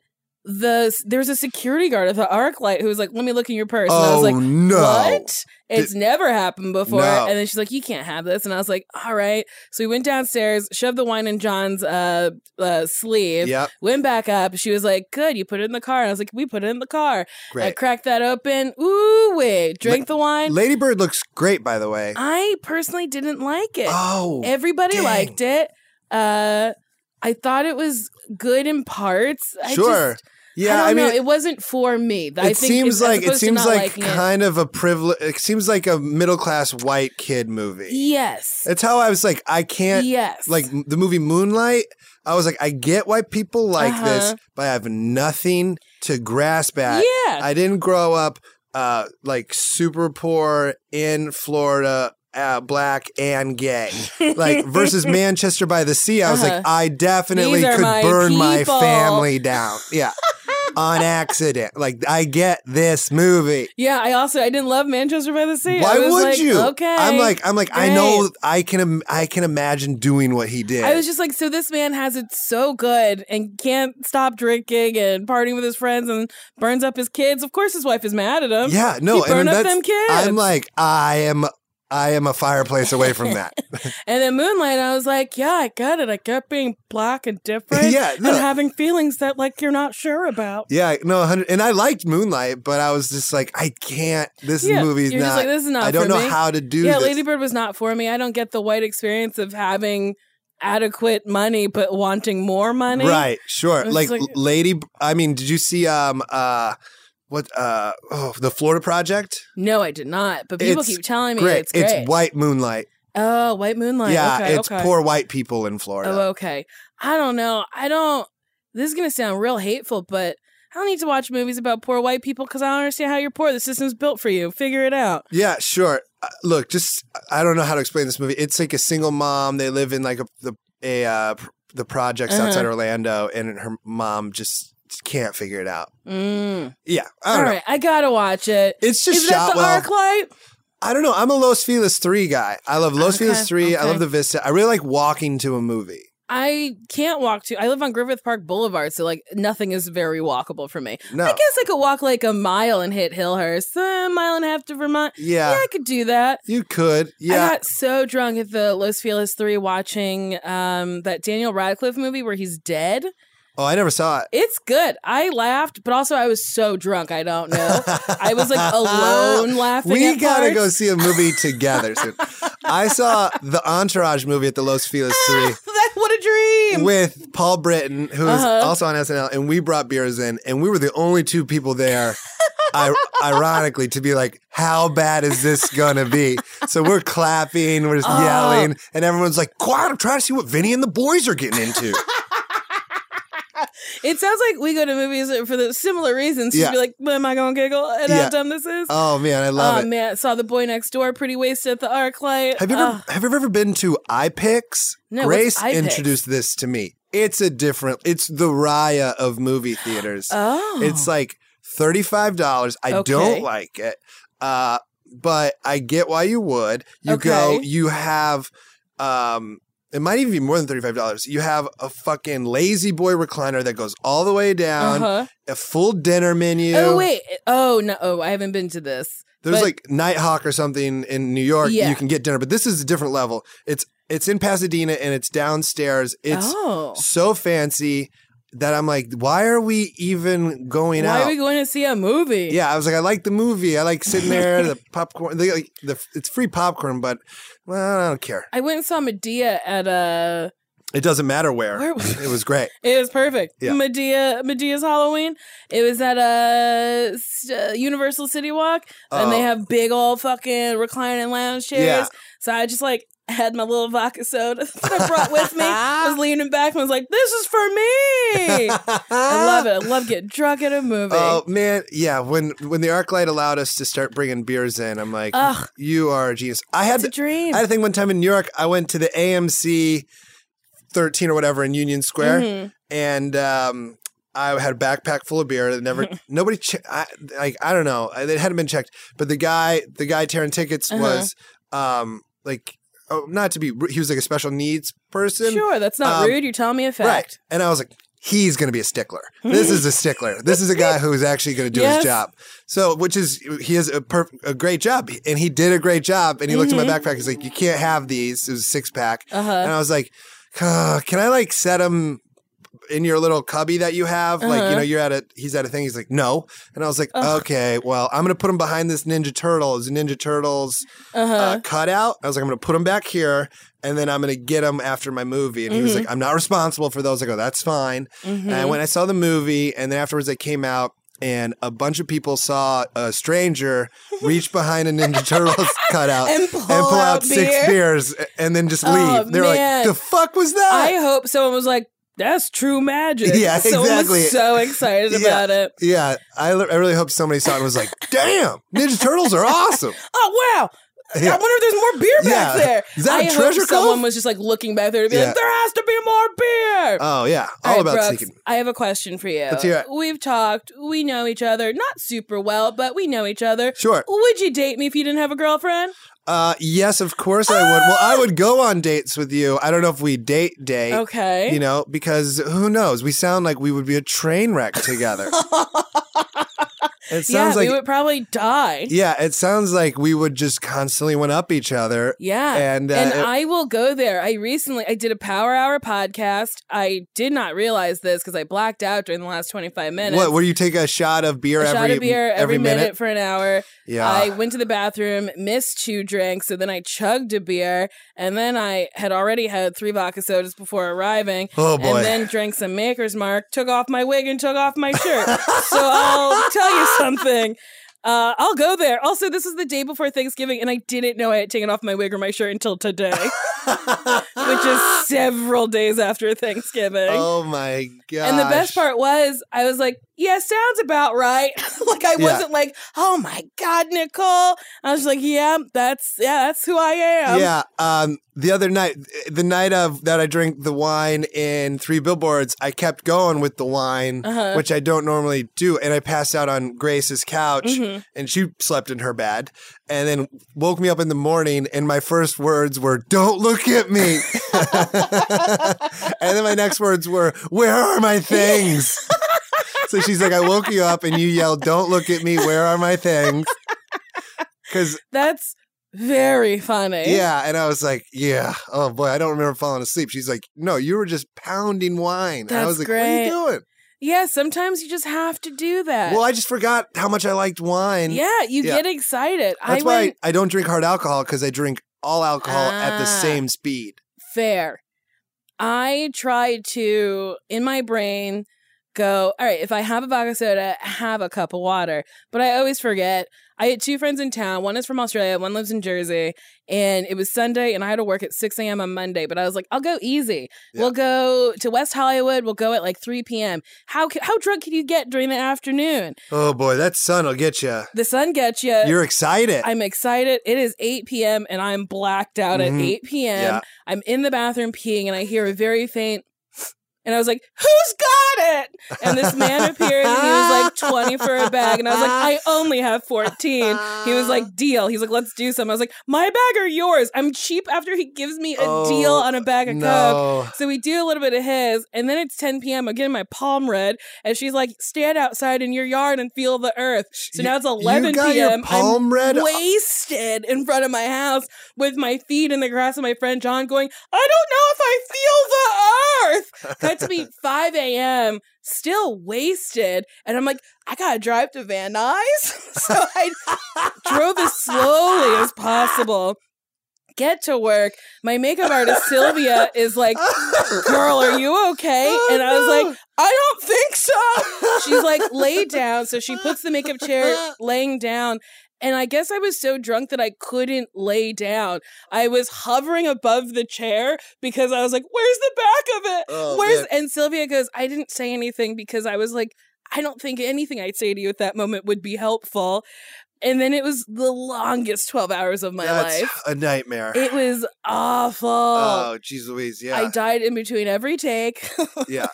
Speaker 1: the there was a security guard at the ArcLight who was like, "Let me look in your purse," and I was
Speaker 2: oh
Speaker 1: like.
Speaker 2: no.
Speaker 1: What? It's never happened before.
Speaker 2: No.
Speaker 1: And then she's like, "You can't have this." And I was like, "All right." So we went downstairs, shoved the wine in John's uh, uh sleeve,
Speaker 2: Yep.
Speaker 1: went back up. She was like, "Good, you put it in the car." And I was like, "We put it in the car." I
Speaker 2: Great.
Speaker 1: cracked that open. Ooh, wait, drank the wine.
Speaker 2: Lady Bird looks great, by the way.
Speaker 1: I personally didn't like it.
Speaker 2: Oh.
Speaker 1: Everybody
Speaker 2: dang.
Speaker 1: liked it. Uh, I thought it was good in parts. I
Speaker 2: sure.
Speaker 1: Just,
Speaker 2: yeah,
Speaker 1: I,
Speaker 2: I,
Speaker 1: don't know.
Speaker 2: mean,
Speaker 1: it wasn't for me. I think
Speaker 2: it seems
Speaker 1: as
Speaker 2: like it
Speaker 1: opposed to
Speaker 2: seems
Speaker 1: not
Speaker 2: like
Speaker 1: liking it-
Speaker 2: kind of a privilege. It seems like a middle class white kid movie.
Speaker 1: Yes.
Speaker 2: That's how I was like, I can't.
Speaker 1: yes.
Speaker 2: Like m- the movie Moonlight, I was like, I get why people like
Speaker 1: Uh-huh.
Speaker 2: this, but I have nothing to grasp at.
Speaker 1: yeah.
Speaker 2: I didn't grow up uh, like super poor in Florida, uh, black and gay. Like versus Manchester by the Sea, I was
Speaker 1: Uh-huh.
Speaker 2: like, I definitely
Speaker 1: These are
Speaker 2: could
Speaker 1: my
Speaker 2: burn my
Speaker 1: people.
Speaker 2: family down. Yeah. On accident. Like, I get this movie.
Speaker 1: yeah. I also I didn't love Manchester by the Sea.
Speaker 2: Why
Speaker 1: I was
Speaker 2: would
Speaker 1: like,
Speaker 2: you?
Speaker 1: Okay.
Speaker 2: I'm like, I'm like, I know I can, im- I can imagine doing what he did.
Speaker 1: I was just like, so this man has it so good and can't stop drinking and partying with his friends and burns up his kids. Of course, his wife is mad at him.
Speaker 2: yeah, no,
Speaker 1: he burned
Speaker 2: and
Speaker 1: um, up
Speaker 2: that's,
Speaker 1: them kids.
Speaker 2: I'm like, I am, I am a fireplace away from that.
Speaker 1: and then Moonlight, I was like, yeah, I get it. I get being black and different.
Speaker 2: Yeah, no.
Speaker 1: and having feelings that like you're not sure about.
Speaker 2: Yeah, no, 100 and I liked Moonlight, but I was just like, I can't. This
Speaker 1: Yeah,
Speaker 2: movie's
Speaker 1: you're
Speaker 2: not.
Speaker 1: just like, this is not
Speaker 2: I don't
Speaker 1: for
Speaker 2: know
Speaker 1: me.
Speaker 2: how to do
Speaker 1: yeah,
Speaker 2: this.
Speaker 1: Ladybird was not for me. I don't get the white experience of having adequate money but wanting more money.
Speaker 2: Right, sure.
Speaker 1: It's
Speaker 2: Like,
Speaker 1: like-
Speaker 2: Lady. I mean, did you see um uh what uh oh the Florida Project?
Speaker 1: No, I did not. But people
Speaker 2: It's
Speaker 1: keep telling me
Speaker 2: great.
Speaker 1: it's great.
Speaker 2: white moonlight.
Speaker 1: Oh, White Moonlight.
Speaker 2: yeah,
Speaker 1: okay,
Speaker 2: it's
Speaker 1: okay.
Speaker 2: poor white people in
Speaker 1: Oh,
Speaker 2: Florida.
Speaker 1: okay. I don't know. I don't. This is gonna sound real hateful, but I don't need to watch movies about poor white people because I don't understand how you're poor. The system's built for you. Figure it out.
Speaker 2: Yeah, sure. Uh, look, just I don't know how to explain this movie. It's like a single mom. They live in like a the a uh, pr- the projects
Speaker 1: Uh-huh.
Speaker 2: outside Orlando, and her mom just can't figure it out.
Speaker 1: Mm.
Speaker 2: Yeah, I
Speaker 1: All
Speaker 2: don't know.
Speaker 1: right, I gotta watch it.
Speaker 2: It's just
Speaker 1: Is
Speaker 2: shot
Speaker 1: that the
Speaker 2: well.
Speaker 1: arc light?
Speaker 2: I don't know. I'm a Los Feliz 3 guy. I love Los
Speaker 1: Okay,
Speaker 2: Feliz 3. I
Speaker 1: okay.
Speaker 2: love the Vista. I really like walking to a movie.
Speaker 1: I can't walk to. I live on Griffith Park Boulevard, so like nothing is very walkable for me.
Speaker 2: No.
Speaker 1: I guess I could walk like a mile and hit Hillhurst, Eh, a mile and a half to Vermont.
Speaker 2: yeah,
Speaker 1: yeah I could do that.
Speaker 2: You could.
Speaker 1: I
Speaker 2: Yeah.
Speaker 1: got so drunk at the Los Feliz 3 watching um, that Daniel Radcliffe movie where he's dead.
Speaker 2: oh, I never saw it.
Speaker 1: It's good. I laughed, but also I was so drunk. I don't know. I was like alone laughing.
Speaker 2: We
Speaker 1: at
Speaker 2: gotta go
Speaker 1: parts.
Speaker 2: see a movie together soon. I saw the Entourage movie at the Los Feliz
Speaker 1: Ah, that, what a dream.
Speaker 2: 3 with Paul Britton, who was
Speaker 1: Uh-huh.
Speaker 2: also on SNL, and we brought beers in, and we were the only two people there. I- ironically, to be like, how bad is this gonna be? So we're clapping, we're just
Speaker 1: Oh.
Speaker 2: yelling, and everyone's like, "Quiet! I'm trying to see what Vinny and the boys are getting into."
Speaker 1: it sounds like we go to movies for the similar reasons. Just
Speaker 2: Yeah.
Speaker 1: be like, am I going to giggle at how
Speaker 2: Yeah.
Speaker 1: dumb this is?
Speaker 2: Oh man, I love
Speaker 1: oh,
Speaker 2: it.
Speaker 1: man. Saw the boy next door pretty wasted at the arc light.
Speaker 2: Have you ever
Speaker 1: Ugh.
Speaker 2: have you ever been to iPix?
Speaker 1: uh. No, what's
Speaker 2: Grace
Speaker 1: iPix?
Speaker 2: introduced this to me. It's a different. It's the Raya of movie theaters.
Speaker 1: oh.
Speaker 2: It's like thirty five dollars. I
Speaker 1: Okay.
Speaker 2: don't like it, uh, but I get why you would. You go.
Speaker 1: Okay.
Speaker 2: You have. Um, it might even be more than thirty five dollars. You have a fucking lazy boy recliner that goes all the way down.
Speaker 1: Uh-huh.
Speaker 2: A full dinner menu.
Speaker 1: Oh wait. Oh no. Oh, I Oh, haven't been to this.
Speaker 2: There's
Speaker 1: But-
Speaker 2: like Nighthawk or something in New York.
Speaker 1: Yeah.
Speaker 2: You can get dinner, but this is a different level. It's it's in Pasadena and it's downstairs. It's
Speaker 1: oh.
Speaker 2: so fancy that I'm like, why are we even going
Speaker 1: Why
Speaker 2: out?
Speaker 1: are we going to see a movie?
Speaker 2: yeah, I was like, I like the movie. I like sitting there, the popcorn. They, like, the, it's free popcorn, but well, I don't care.
Speaker 1: I went and saw Medea at a.
Speaker 2: It doesn't matter where.
Speaker 1: Where was-
Speaker 2: it was great.
Speaker 1: It was perfect.
Speaker 2: Yeah.
Speaker 1: Medea, Medea's Halloween. It was at a s- uh, Universal City Walk, and they
Speaker 2: Oh.
Speaker 1: have big old fucking reclining lounge chairs.
Speaker 2: Yeah.
Speaker 1: So I just like had my little vodka soda that I brought with me. I was leaning back and was like, "This is for me." I love it. I love getting drunk at a movie.
Speaker 2: Oh man, yeah. When when the ArcLight allowed us to start bringing beers in, I'm like,
Speaker 1: Ugh.
Speaker 2: you are a genius. I had
Speaker 1: it's a dream.
Speaker 2: I had a thing one time in New York. I went to the AMC 13 or whatever in Union Square,
Speaker 1: Mhm.
Speaker 2: and um, I had a backpack full of beer. That never nobody che- I, like I don't know. It hadn't been checked, but the guy the guy tearing tickets
Speaker 1: Uh-huh.
Speaker 2: was um, like oh, not to be ru- he was like a special needs person,
Speaker 1: Sure, that's not
Speaker 2: um,
Speaker 1: rude. You're telling me a fact.
Speaker 2: and I was like, he's going to be a stickler. This is a stickler. This is a guy who's actually going to do
Speaker 1: Yes.
Speaker 2: his job. So, which is, he has a, perf- a great job. And he did a great job. And he looked at my
Speaker 1: Mm-hmm.
Speaker 2: backpack. He's like, you can't have these. It was a six pack.
Speaker 1: Uh
Speaker 2: And
Speaker 1: huh.
Speaker 2: I was like, "Ah, can I like set him in your little cubby that you have? Like,
Speaker 1: Uh-huh.
Speaker 2: you know, you're at a, he's at a thing. He's like, no. And I was like,
Speaker 1: Ugh.
Speaker 2: okay, well, I'm going to put him behind this Ninja Turtles, Ninja Turtles
Speaker 1: Uh huh.
Speaker 2: uh, cutout. I was like, I'm going to put them back here, and then I'm going to get them after my movie. And he
Speaker 1: Mm-hmm.
Speaker 2: was like, I'm not responsible for those. I go, that's fine. And when I saw the movie, and then afterwards I came out, and a bunch of people saw a stranger reach behind a Ninja Turtles cutout
Speaker 1: And pull out beer.
Speaker 2: six beers, and then just leave.
Speaker 1: Oh,
Speaker 2: They're
Speaker 1: man.
Speaker 2: like, the fuck was that?
Speaker 1: I hope someone was like, "That's true magic."
Speaker 2: Uh, Yeah,
Speaker 1: someone
Speaker 2: exactly.
Speaker 1: Was so excited
Speaker 2: Yeah.
Speaker 1: about it.
Speaker 2: yeah, I, le- I really hope somebody saw it and was like, damn, Ninja Turtles are awesome.
Speaker 1: Oh wow. I
Speaker 2: Yeah.
Speaker 1: wonder if there's more beer back
Speaker 2: Yeah.
Speaker 1: there.
Speaker 2: Is that
Speaker 1: I
Speaker 2: a
Speaker 1: hope
Speaker 2: treasure
Speaker 1: Someone
Speaker 2: cove?
Speaker 1: was just like looking back there to be
Speaker 2: Yeah.
Speaker 1: like, there has to be more beer.
Speaker 2: Oh, yeah. All
Speaker 1: right,
Speaker 2: about
Speaker 1: Brooks,
Speaker 2: sneaking.
Speaker 1: I have a question for you.
Speaker 2: Let's hear it.
Speaker 1: We've talked. We know each other. Not super well, but we know each other.
Speaker 2: Sure.
Speaker 1: Would you date me if you didn't have a girlfriend?
Speaker 2: Uh, yes, of course I would. Well, I would go on dates with you. I don't know if we date date.
Speaker 1: Okay.
Speaker 2: You know, because who knows? We sound like we would be a train wreck together. it
Speaker 1: yeah,
Speaker 2: sounds like
Speaker 1: we would probably die.
Speaker 2: yeah, it sounds like we would just constantly one up each other.
Speaker 1: Yeah.
Speaker 2: And, uh,
Speaker 1: and
Speaker 2: it-
Speaker 1: I will go there. I recently I did a Power Hour podcast. I did not realize this because I blacked out during the last 25 minutes.
Speaker 2: What? Where you take a shot of beer
Speaker 1: a
Speaker 2: every
Speaker 1: shot of beer every,
Speaker 2: every
Speaker 1: minute. for an hour.
Speaker 2: Yeah.
Speaker 1: I went to the bathroom, missed two drinks, so then I chugged a beer, and then I had already had three vodka sodas before arriving.
Speaker 2: oh boy.
Speaker 1: And then drank some Maker's Mark, took off my wig, and took off my shirt. so I'll tell you something. Uh, I'll go there. Also, this is the day before Thanksgiving, and I didn't know I had taken off my wig or my shirt until today, which is several days after Thanksgiving.
Speaker 2: oh my god.
Speaker 1: And the best part was, I was like, yeah, sounds about right. like, I
Speaker 2: Yeah.
Speaker 1: wasn't like, oh my God, Nicole. I was like, yeah, that's, yeah, that's who I am.
Speaker 2: yeah. Um, the other night, the night of that I drank the wine in Three Billboards, I kept going with the wine,
Speaker 1: Uh-huh.
Speaker 2: which I don't normally do, and I passed out on Grace's couch,
Speaker 1: Mm-hmm.
Speaker 2: and she slept in her bed, and then woke me up in the morning, and my first words were, "Don't look at me," and then my next words were, "Where are my things?" so she's like, "I woke you up, and you yelled, "Don't look at me. Where are my things?" Because
Speaker 1: That's very funny.
Speaker 2: yeah, and I was like, yeah, oh boy, I don't remember falling asleep. She's like, no, you were just pounding wine. and I
Speaker 1: That's
Speaker 2: was like,
Speaker 1: great.
Speaker 2: what are you doing?
Speaker 1: Yeah. Sometimes you just have to do that.
Speaker 2: Well, I just forgot how much I liked wine.
Speaker 1: yeah. You
Speaker 2: yeah.
Speaker 1: get excited.
Speaker 2: That's
Speaker 1: I
Speaker 2: why
Speaker 1: went
Speaker 2: I don't drink hard alcohol because I drink all alcohol at the
Speaker 1: Ah.
Speaker 2: same speed.
Speaker 1: fair. I tried to, in my brain, go, all right, if I have a vodka soda, have a cup of water. But I always forget. I had two friends in town. One is from Australia, one lives in Jersey. And it was Sunday, and I had to work at 6 a.m. on Monday. But I was like, I'll go easy.
Speaker 2: Yeah.
Speaker 1: We'll go to West Hollywood. We'll go at like 3 p.m. How, ca- how drunk can you get during the afternoon?
Speaker 2: Oh boy, that sun will get you.
Speaker 1: The sun gets you.
Speaker 2: You're excited.
Speaker 1: I'm excited. It is 8 p.m. and I'm blacked out
Speaker 2: Mhm.
Speaker 1: at 8 p.m.
Speaker 2: Yeah.
Speaker 1: I'm in the bathroom peeing and I hear a very faint, and I was like, "Who's got it. And this man appeared and he was like 20 for a bag. And I was like, I only have 14. He was like, deal. He's like, let's do some. I was like, my bag or yours? I'm cheap after he gives me a
Speaker 2: Oh,
Speaker 1: deal on a bag of Coke.
Speaker 2: no.
Speaker 1: So we do a little bit of his, and then it's 10 p.m. I'm getting my palm read, and she's like, "Stand outside in your yard and feel the earth." So now it's 11
Speaker 2: you got
Speaker 1: p.m.
Speaker 2: Your palm
Speaker 1: I'm
Speaker 2: red.
Speaker 1: wasted in front of my house with my feet in the grass, and my friend John going, "I don't know if I feel the earth." Cut to me 5 a.m. Still wasted, and I'm like, "I gotta drive to Van Nuys," so I drove as slowly as possible. Get to work. My makeup artist Sylvia is like, girl, are you okay?
Speaker 2: Oh,
Speaker 1: and I was
Speaker 2: no.
Speaker 1: like, I don't think so. She's like, lay down. So she puts the makeup chair laying down. And I guess I was so drunk that I couldn't lay down. I was hovering above the chair because I was like, where's the back of it?
Speaker 2: Oh,
Speaker 1: Where's
Speaker 2: man.
Speaker 1: and Sylvia goes, I didn't say anything because I was like, I don't think anything I'd say to you at that moment would be helpful. And then it was the longest 12 hours of my
Speaker 2: That's
Speaker 1: life.
Speaker 2: a nightmare.
Speaker 1: It was awful.
Speaker 2: oh, jeez Louise. Yeah.
Speaker 1: I died in between every take.
Speaker 2: yeah.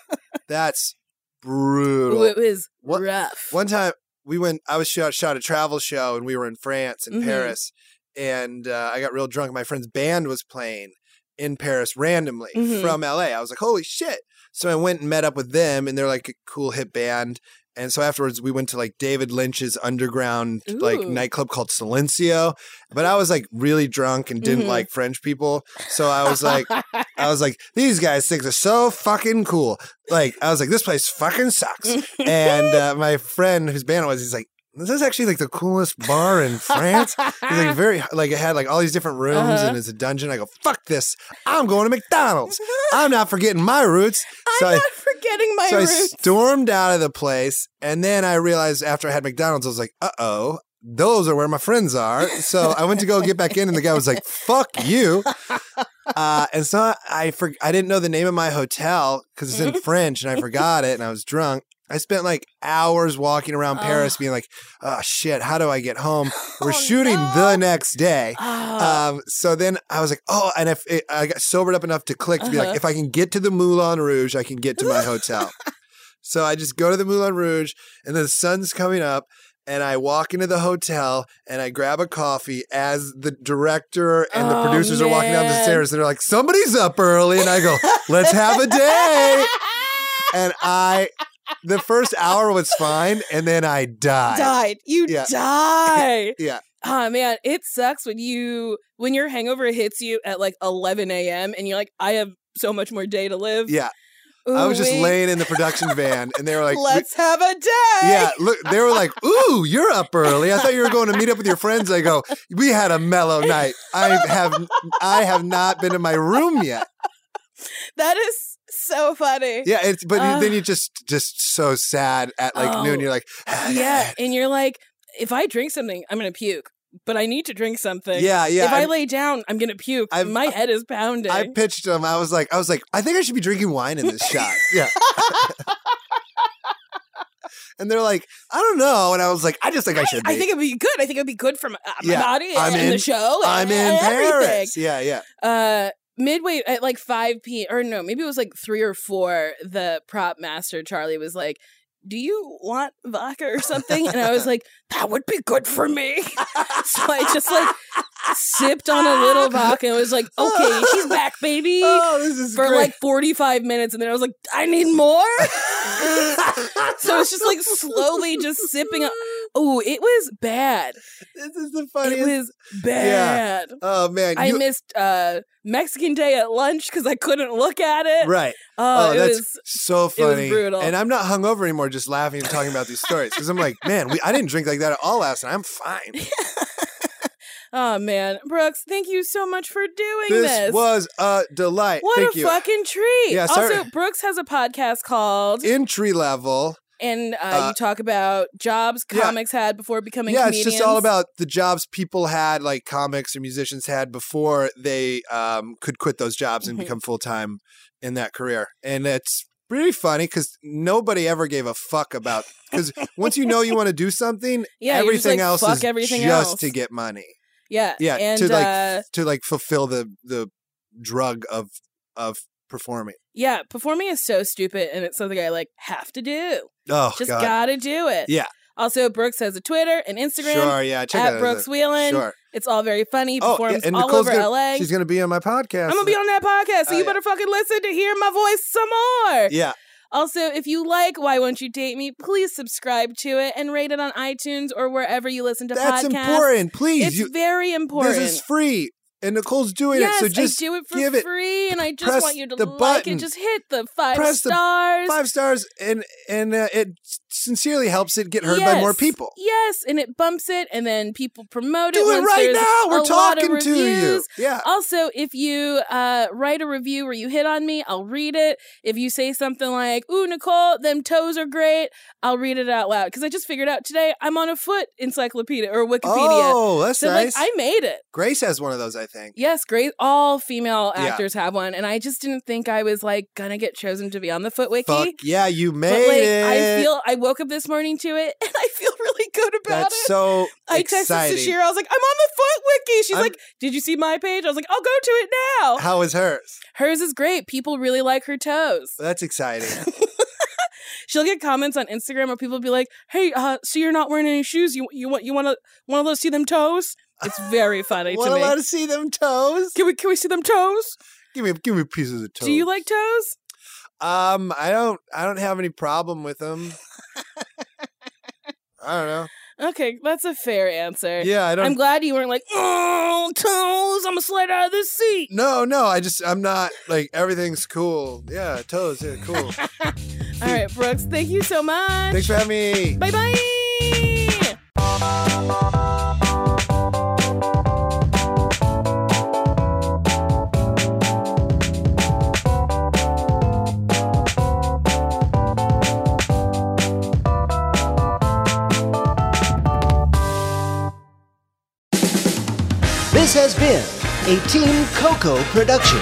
Speaker 2: That's
Speaker 1: Ooh,
Speaker 2: brutal.
Speaker 1: it was
Speaker 2: What-
Speaker 1: rough.
Speaker 2: One time we went, I was shot, shot a travel show and we were in France in
Speaker 1: Mhm.
Speaker 2: Paris. And uh, I got real drunk. My friend's band was playing in Paris randomly
Speaker 1: Mhm.
Speaker 2: from LA. I was like, holy shit. So I went and met up with them and they're like a cool hip band. And so afterwards we went to like David Lynch's underground like
Speaker 1: Ooh.
Speaker 2: nightclub called Silencio. But I was like really drunk and didn't
Speaker 1: Mhm.
Speaker 2: like French people. So I was like, I was like, these guys things are so fucking cool. Like, I was like, this place fucking sucks. and uh, my friend whose band it was, he's like, this is actually like the coolest bar in France. He's like very like it had like all these different rooms
Speaker 1: Uh-huh.
Speaker 2: and it's a dungeon. I go, fuck this. I'm going to McDonald's. I'm not forgetting my roots.
Speaker 1: I'm
Speaker 2: so I-
Speaker 1: not forgetting my
Speaker 2: so I
Speaker 1: roots.
Speaker 2: stormed out of the place, and then I realized after I had McDonald's, I was like, "Uh oh, those are where my friends are." So I went to go get back in, and the guy was like, "Fuck you." Uh, and so I I, for, I didn't know the name of my hotel because
Speaker 1: Mm-hmm.
Speaker 2: it's in French, and I forgot it, and I was drunk. I spent like hours walking around
Speaker 1: Oh.
Speaker 2: Paris, being like, "Oh shit, how do I get home?" We're
Speaker 1: Oh,
Speaker 2: shooting
Speaker 1: no.
Speaker 2: the next day.
Speaker 1: Ah,
Speaker 2: Um, so then I was like, oh, and if it, I got sobered up enough to click to be
Speaker 1: Uh-huh.
Speaker 2: like, if I can get to the Moulin Rouge, I can get to my hotel. so I just go to the Moulin Rouge, and the sun's coming up, and I walk into the hotel and I grab a coffee as the director and the
Speaker 1: Oh,
Speaker 2: producers are walking down the
Speaker 1: man.
Speaker 2: stairs. And they're like, somebody's up early, and I go, let's have a day. And I, the first hour was fine, and then I died.
Speaker 1: died. You
Speaker 2: Yeah.
Speaker 1: die.
Speaker 2: Yeah.
Speaker 1: Oh man, it sucks when you when your hangover hits you at like 11 a.m. and you're like, I have so much more day to live.
Speaker 2: Yeah, I was just
Speaker 1: Ooh-wee.
Speaker 2: laying in the production van, and they were like, "We-
Speaker 1: Let's have a day.
Speaker 2: Yeah, look, they were like, "Ooh, you're up early." I thought you were going to meet up with your friends. I go, "We had a mellow night. I have, I have not been in my room yet."
Speaker 1: That is so funny.
Speaker 2: Yeah, it's but
Speaker 1: Ugh.
Speaker 2: then you just, just so sad at like noon.
Speaker 1: Uh. Oh,
Speaker 2: You're like,
Speaker 1: yeah. And you're like, if I drink something, I'm gonna puke. But I need to drink something.
Speaker 2: yeah, yeah.
Speaker 1: if I,
Speaker 2: I-
Speaker 1: lay down, I'm gonna puke.
Speaker 2: I've-
Speaker 1: My head is pounding.
Speaker 2: I pitched them. I was like, I was like, I think I should be drinking wine in this shot. Yeah. and they're like, I don't know. And I was like, I just think I should. Be.
Speaker 1: I think it'd be good. I think it'd be good for my, uh, my
Speaker 2: Yeah,
Speaker 1: body
Speaker 2: I'm
Speaker 1: and
Speaker 2: in-
Speaker 1: the show. and,
Speaker 2: I'm in
Speaker 1: and everything.
Speaker 2: Paris. Yeah, yeah.
Speaker 1: Uh, midway at like 5 p or no, maybe it was like 3 or 4, the prop master Charlie was like, "Do you want vodka or something?" And I was like, "That would be good for me." so I just like sipped on a little vodka and was like, "Okay, she's back, baby."
Speaker 2: Oh, this is
Speaker 1: For
Speaker 2: great.
Speaker 1: like 45 minutes, and then I was like, I need more. So it's just like slowly just sipping up. Oh, it was bad.
Speaker 2: This is the
Speaker 1: It
Speaker 2: funniest.
Speaker 1: was bad.
Speaker 2: oh man,
Speaker 1: I
Speaker 2: you-
Speaker 1: missed uh, Mexican Day at lunch because I couldn't look at it.
Speaker 2: right?
Speaker 1: Oh,
Speaker 2: oh,
Speaker 1: it
Speaker 2: that's
Speaker 1: was.
Speaker 2: so funny.
Speaker 1: brutal.
Speaker 2: And I'm not hungover anymore, just laughing and talking about these stories because I'm like, man, we, I didn't drink like that at all last night. I'm fine.
Speaker 1: Oh man, Brooks, thank you so much for doing
Speaker 2: This,
Speaker 1: this.
Speaker 2: was a delight.
Speaker 1: what
Speaker 2: Thank
Speaker 1: a
Speaker 2: you.
Speaker 1: fucking treat.
Speaker 2: Yeah, sorry.
Speaker 1: also, Brooks has a podcast called,
Speaker 2: Entry level.
Speaker 1: and uh,
Speaker 2: uh,
Speaker 1: you talk about jobs
Speaker 2: yeah.
Speaker 1: comics had before becoming
Speaker 2: yeah,
Speaker 1: comedians.
Speaker 2: it's just all about the jobs people had, like comics or musicians had before they um, could quit those jobs and
Speaker 1: Mhm.
Speaker 2: become full time in that career. And it's pretty funny because nobody ever gave a fuck about because once you know you want to do something,
Speaker 1: yeah, you're just
Speaker 2: everything
Speaker 1: like,
Speaker 2: else
Speaker 1: fuck
Speaker 2: is
Speaker 1: everything
Speaker 2: just
Speaker 1: else.
Speaker 2: to get money.
Speaker 1: yeah,
Speaker 2: Yeah,
Speaker 1: and
Speaker 2: to like
Speaker 1: uh,
Speaker 2: f- to like fulfill the the drug of of performing.
Speaker 1: Yeah, performing is so stupid, and it's something I like have to do.
Speaker 2: Oh
Speaker 1: Just
Speaker 2: God.
Speaker 1: gotta do it.
Speaker 2: Yeah.
Speaker 1: Also, Brooks has a Twitter and Instagram
Speaker 2: Sure, yeah. Check
Speaker 1: at
Speaker 2: that out.
Speaker 1: Brooks Wheelan.
Speaker 2: Sure.
Speaker 1: It's all very funny. He
Speaker 2: Oh, yeah,
Speaker 1: performs
Speaker 2: and
Speaker 1: all
Speaker 2: Nicole's
Speaker 1: over
Speaker 2: gonna-
Speaker 1: LA.
Speaker 2: She's gonna be on my podcast.
Speaker 1: I'm gonna be on that podcast, so
Speaker 2: Oh,
Speaker 1: you
Speaker 2: yeah.
Speaker 1: better fucking listen to hear my voice some more.
Speaker 2: Yeah.
Speaker 1: Also, if you like Why Won't You Date Me, please subscribe to it and rate it on iTunes or wherever you listen to
Speaker 2: That's
Speaker 1: podcasts.
Speaker 2: important. Please.
Speaker 1: It's
Speaker 2: you,
Speaker 1: very important.
Speaker 2: This is free. And Nicole's doing
Speaker 1: yes,
Speaker 2: it. So just
Speaker 1: I do it for
Speaker 2: give it-
Speaker 1: free, and I just
Speaker 2: press
Speaker 1: want you to
Speaker 2: the
Speaker 1: like it.
Speaker 2: button.
Speaker 1: Just hit the five
Speaker 2: Press the
Speaker 1: stars.
Speaker 2: five stars and and uh, it sincerely helps it get heard by more
Speaker 1: Yes.
Speaker 2: people.
Speaker 1: Yes, and it bumps it, and then people promote it.
Speaker 2: Do it
Speaker 1: once
Speaker 2: right
Speaker 1: there's
Speaker 2: now.
Speaker 1: a
Speaker 2: We're
Speaker 1: lot of
Speaker 2: talking to you.
Speaker 1: reviews.
Speaker 2: Yeah.
Speaker 1: Also, if you uh, write a review where you hit on me, I'll read it. If you say something like, Ooh, Nicole, them toes are great, I'll read it out loud. Because I just figured out today I'm on a foot encyclopedia or Wikipedia.
Speaker 2: Oh, that's
Speaker 1: so,
Speaker 2: nice.
Speaker 1: like, I made it.
Speaker 2: Grace has one of those, I think.
Speaker 1: Yes, great. All female
Speaker 2: Yeah.
Speaker 1: actors have one. And I just didn't think I was like going to get chosen to be on the Foot Wiki.
Speaker 2: Fuck yeah, you
Speaker 1: But
Speaker 2: made
Speaker 1: like
Speaker 2: it.
Speaker 1: I feel I woke up this morning to it and I feel really good about
Speaker 2: that's
Speaker 1: it.
Speaker 2: so
Speaker 1: I
Speaker 2: exciting.
Speaker 1: texted Sashira, I was like, I'm on the Foot Wiki. She's
Speaker 2: I'm-
Speaker 1: like, Did you see my page? I was like, I'll go to it now.
Speaker 2: How is hers?
Speaker 1: Hers is great. People really like her toes.
Speaker 2: That's exciting.
Speaker 1: She'll get comments on Instagram where people be like, "Hey, uh, so you're not wearing any shoes? You you want you want to want to see them toes?" It's very funny to
Speaker 2: Want to
Speaker 1: me.
Speaker 2: let us see them toes?
Speaker 1: Can we can we see them toes?
Speaker 2: Give me, give me pieces of toes.
Speaker 1: Do you like toes?
Speaker 2: Um, I don't, I don't have any problem with them. I don't know.
Speaker 1: Okay, that's a fair answer.
Speaker 2: Yeah, I don't.
Speaker 1: I'm glad you weren't like, "Oh, toes! I'm gonna slide out of this seat."
Speaker 2: no, no, I just, I'm not like everything's cool. Yeah, toes, yeah, cool.
Speaker 1: All right, Brooks, thank you so much.
Speaker 2: Thanks for having me.
Speaker 1: Bye bye.
Speaker 4: This has been a Team Coco production.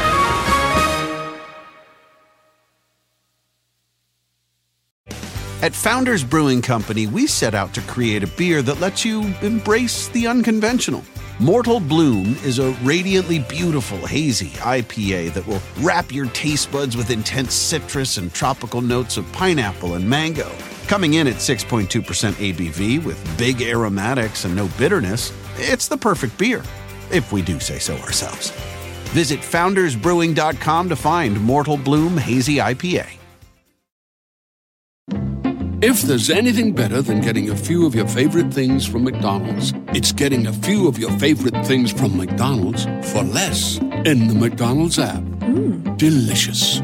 Speaker 5: At Founders Brewing Company, we set out to create a beer that lets you embrace the unconventional. Mortal Bloom is a radiantly beautiful, hazy IPA that will wrap your taste buds with intense citrus and tropical notes of pineapple and mango. Coming in at 6.2% ABV with big aromatics and no bitterness, it's the perfect beer, if we do say so ourselves. Visit foundersbrewing.com to find Mortal Bloom Hazy IPA.
Speaker 6: If there's anything better than getting a few of your favorite things from McDonald's, it's getting a few of your favorite things from McDonald's for less in the McDonald's app. Delicious.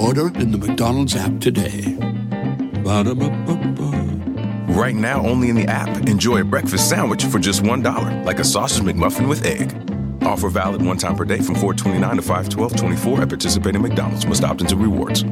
Speaker 6: Order in the McDonald's app today. Ba-da-ba-ba-ba.
Speaker 7: Right now, only in the app. Enjoy a breakfast sandwich for just $1, like a sausage McMuffin with egg. Offer valid one time per day from 429 to 51224 at participating McDonald's. Must opt into rewards.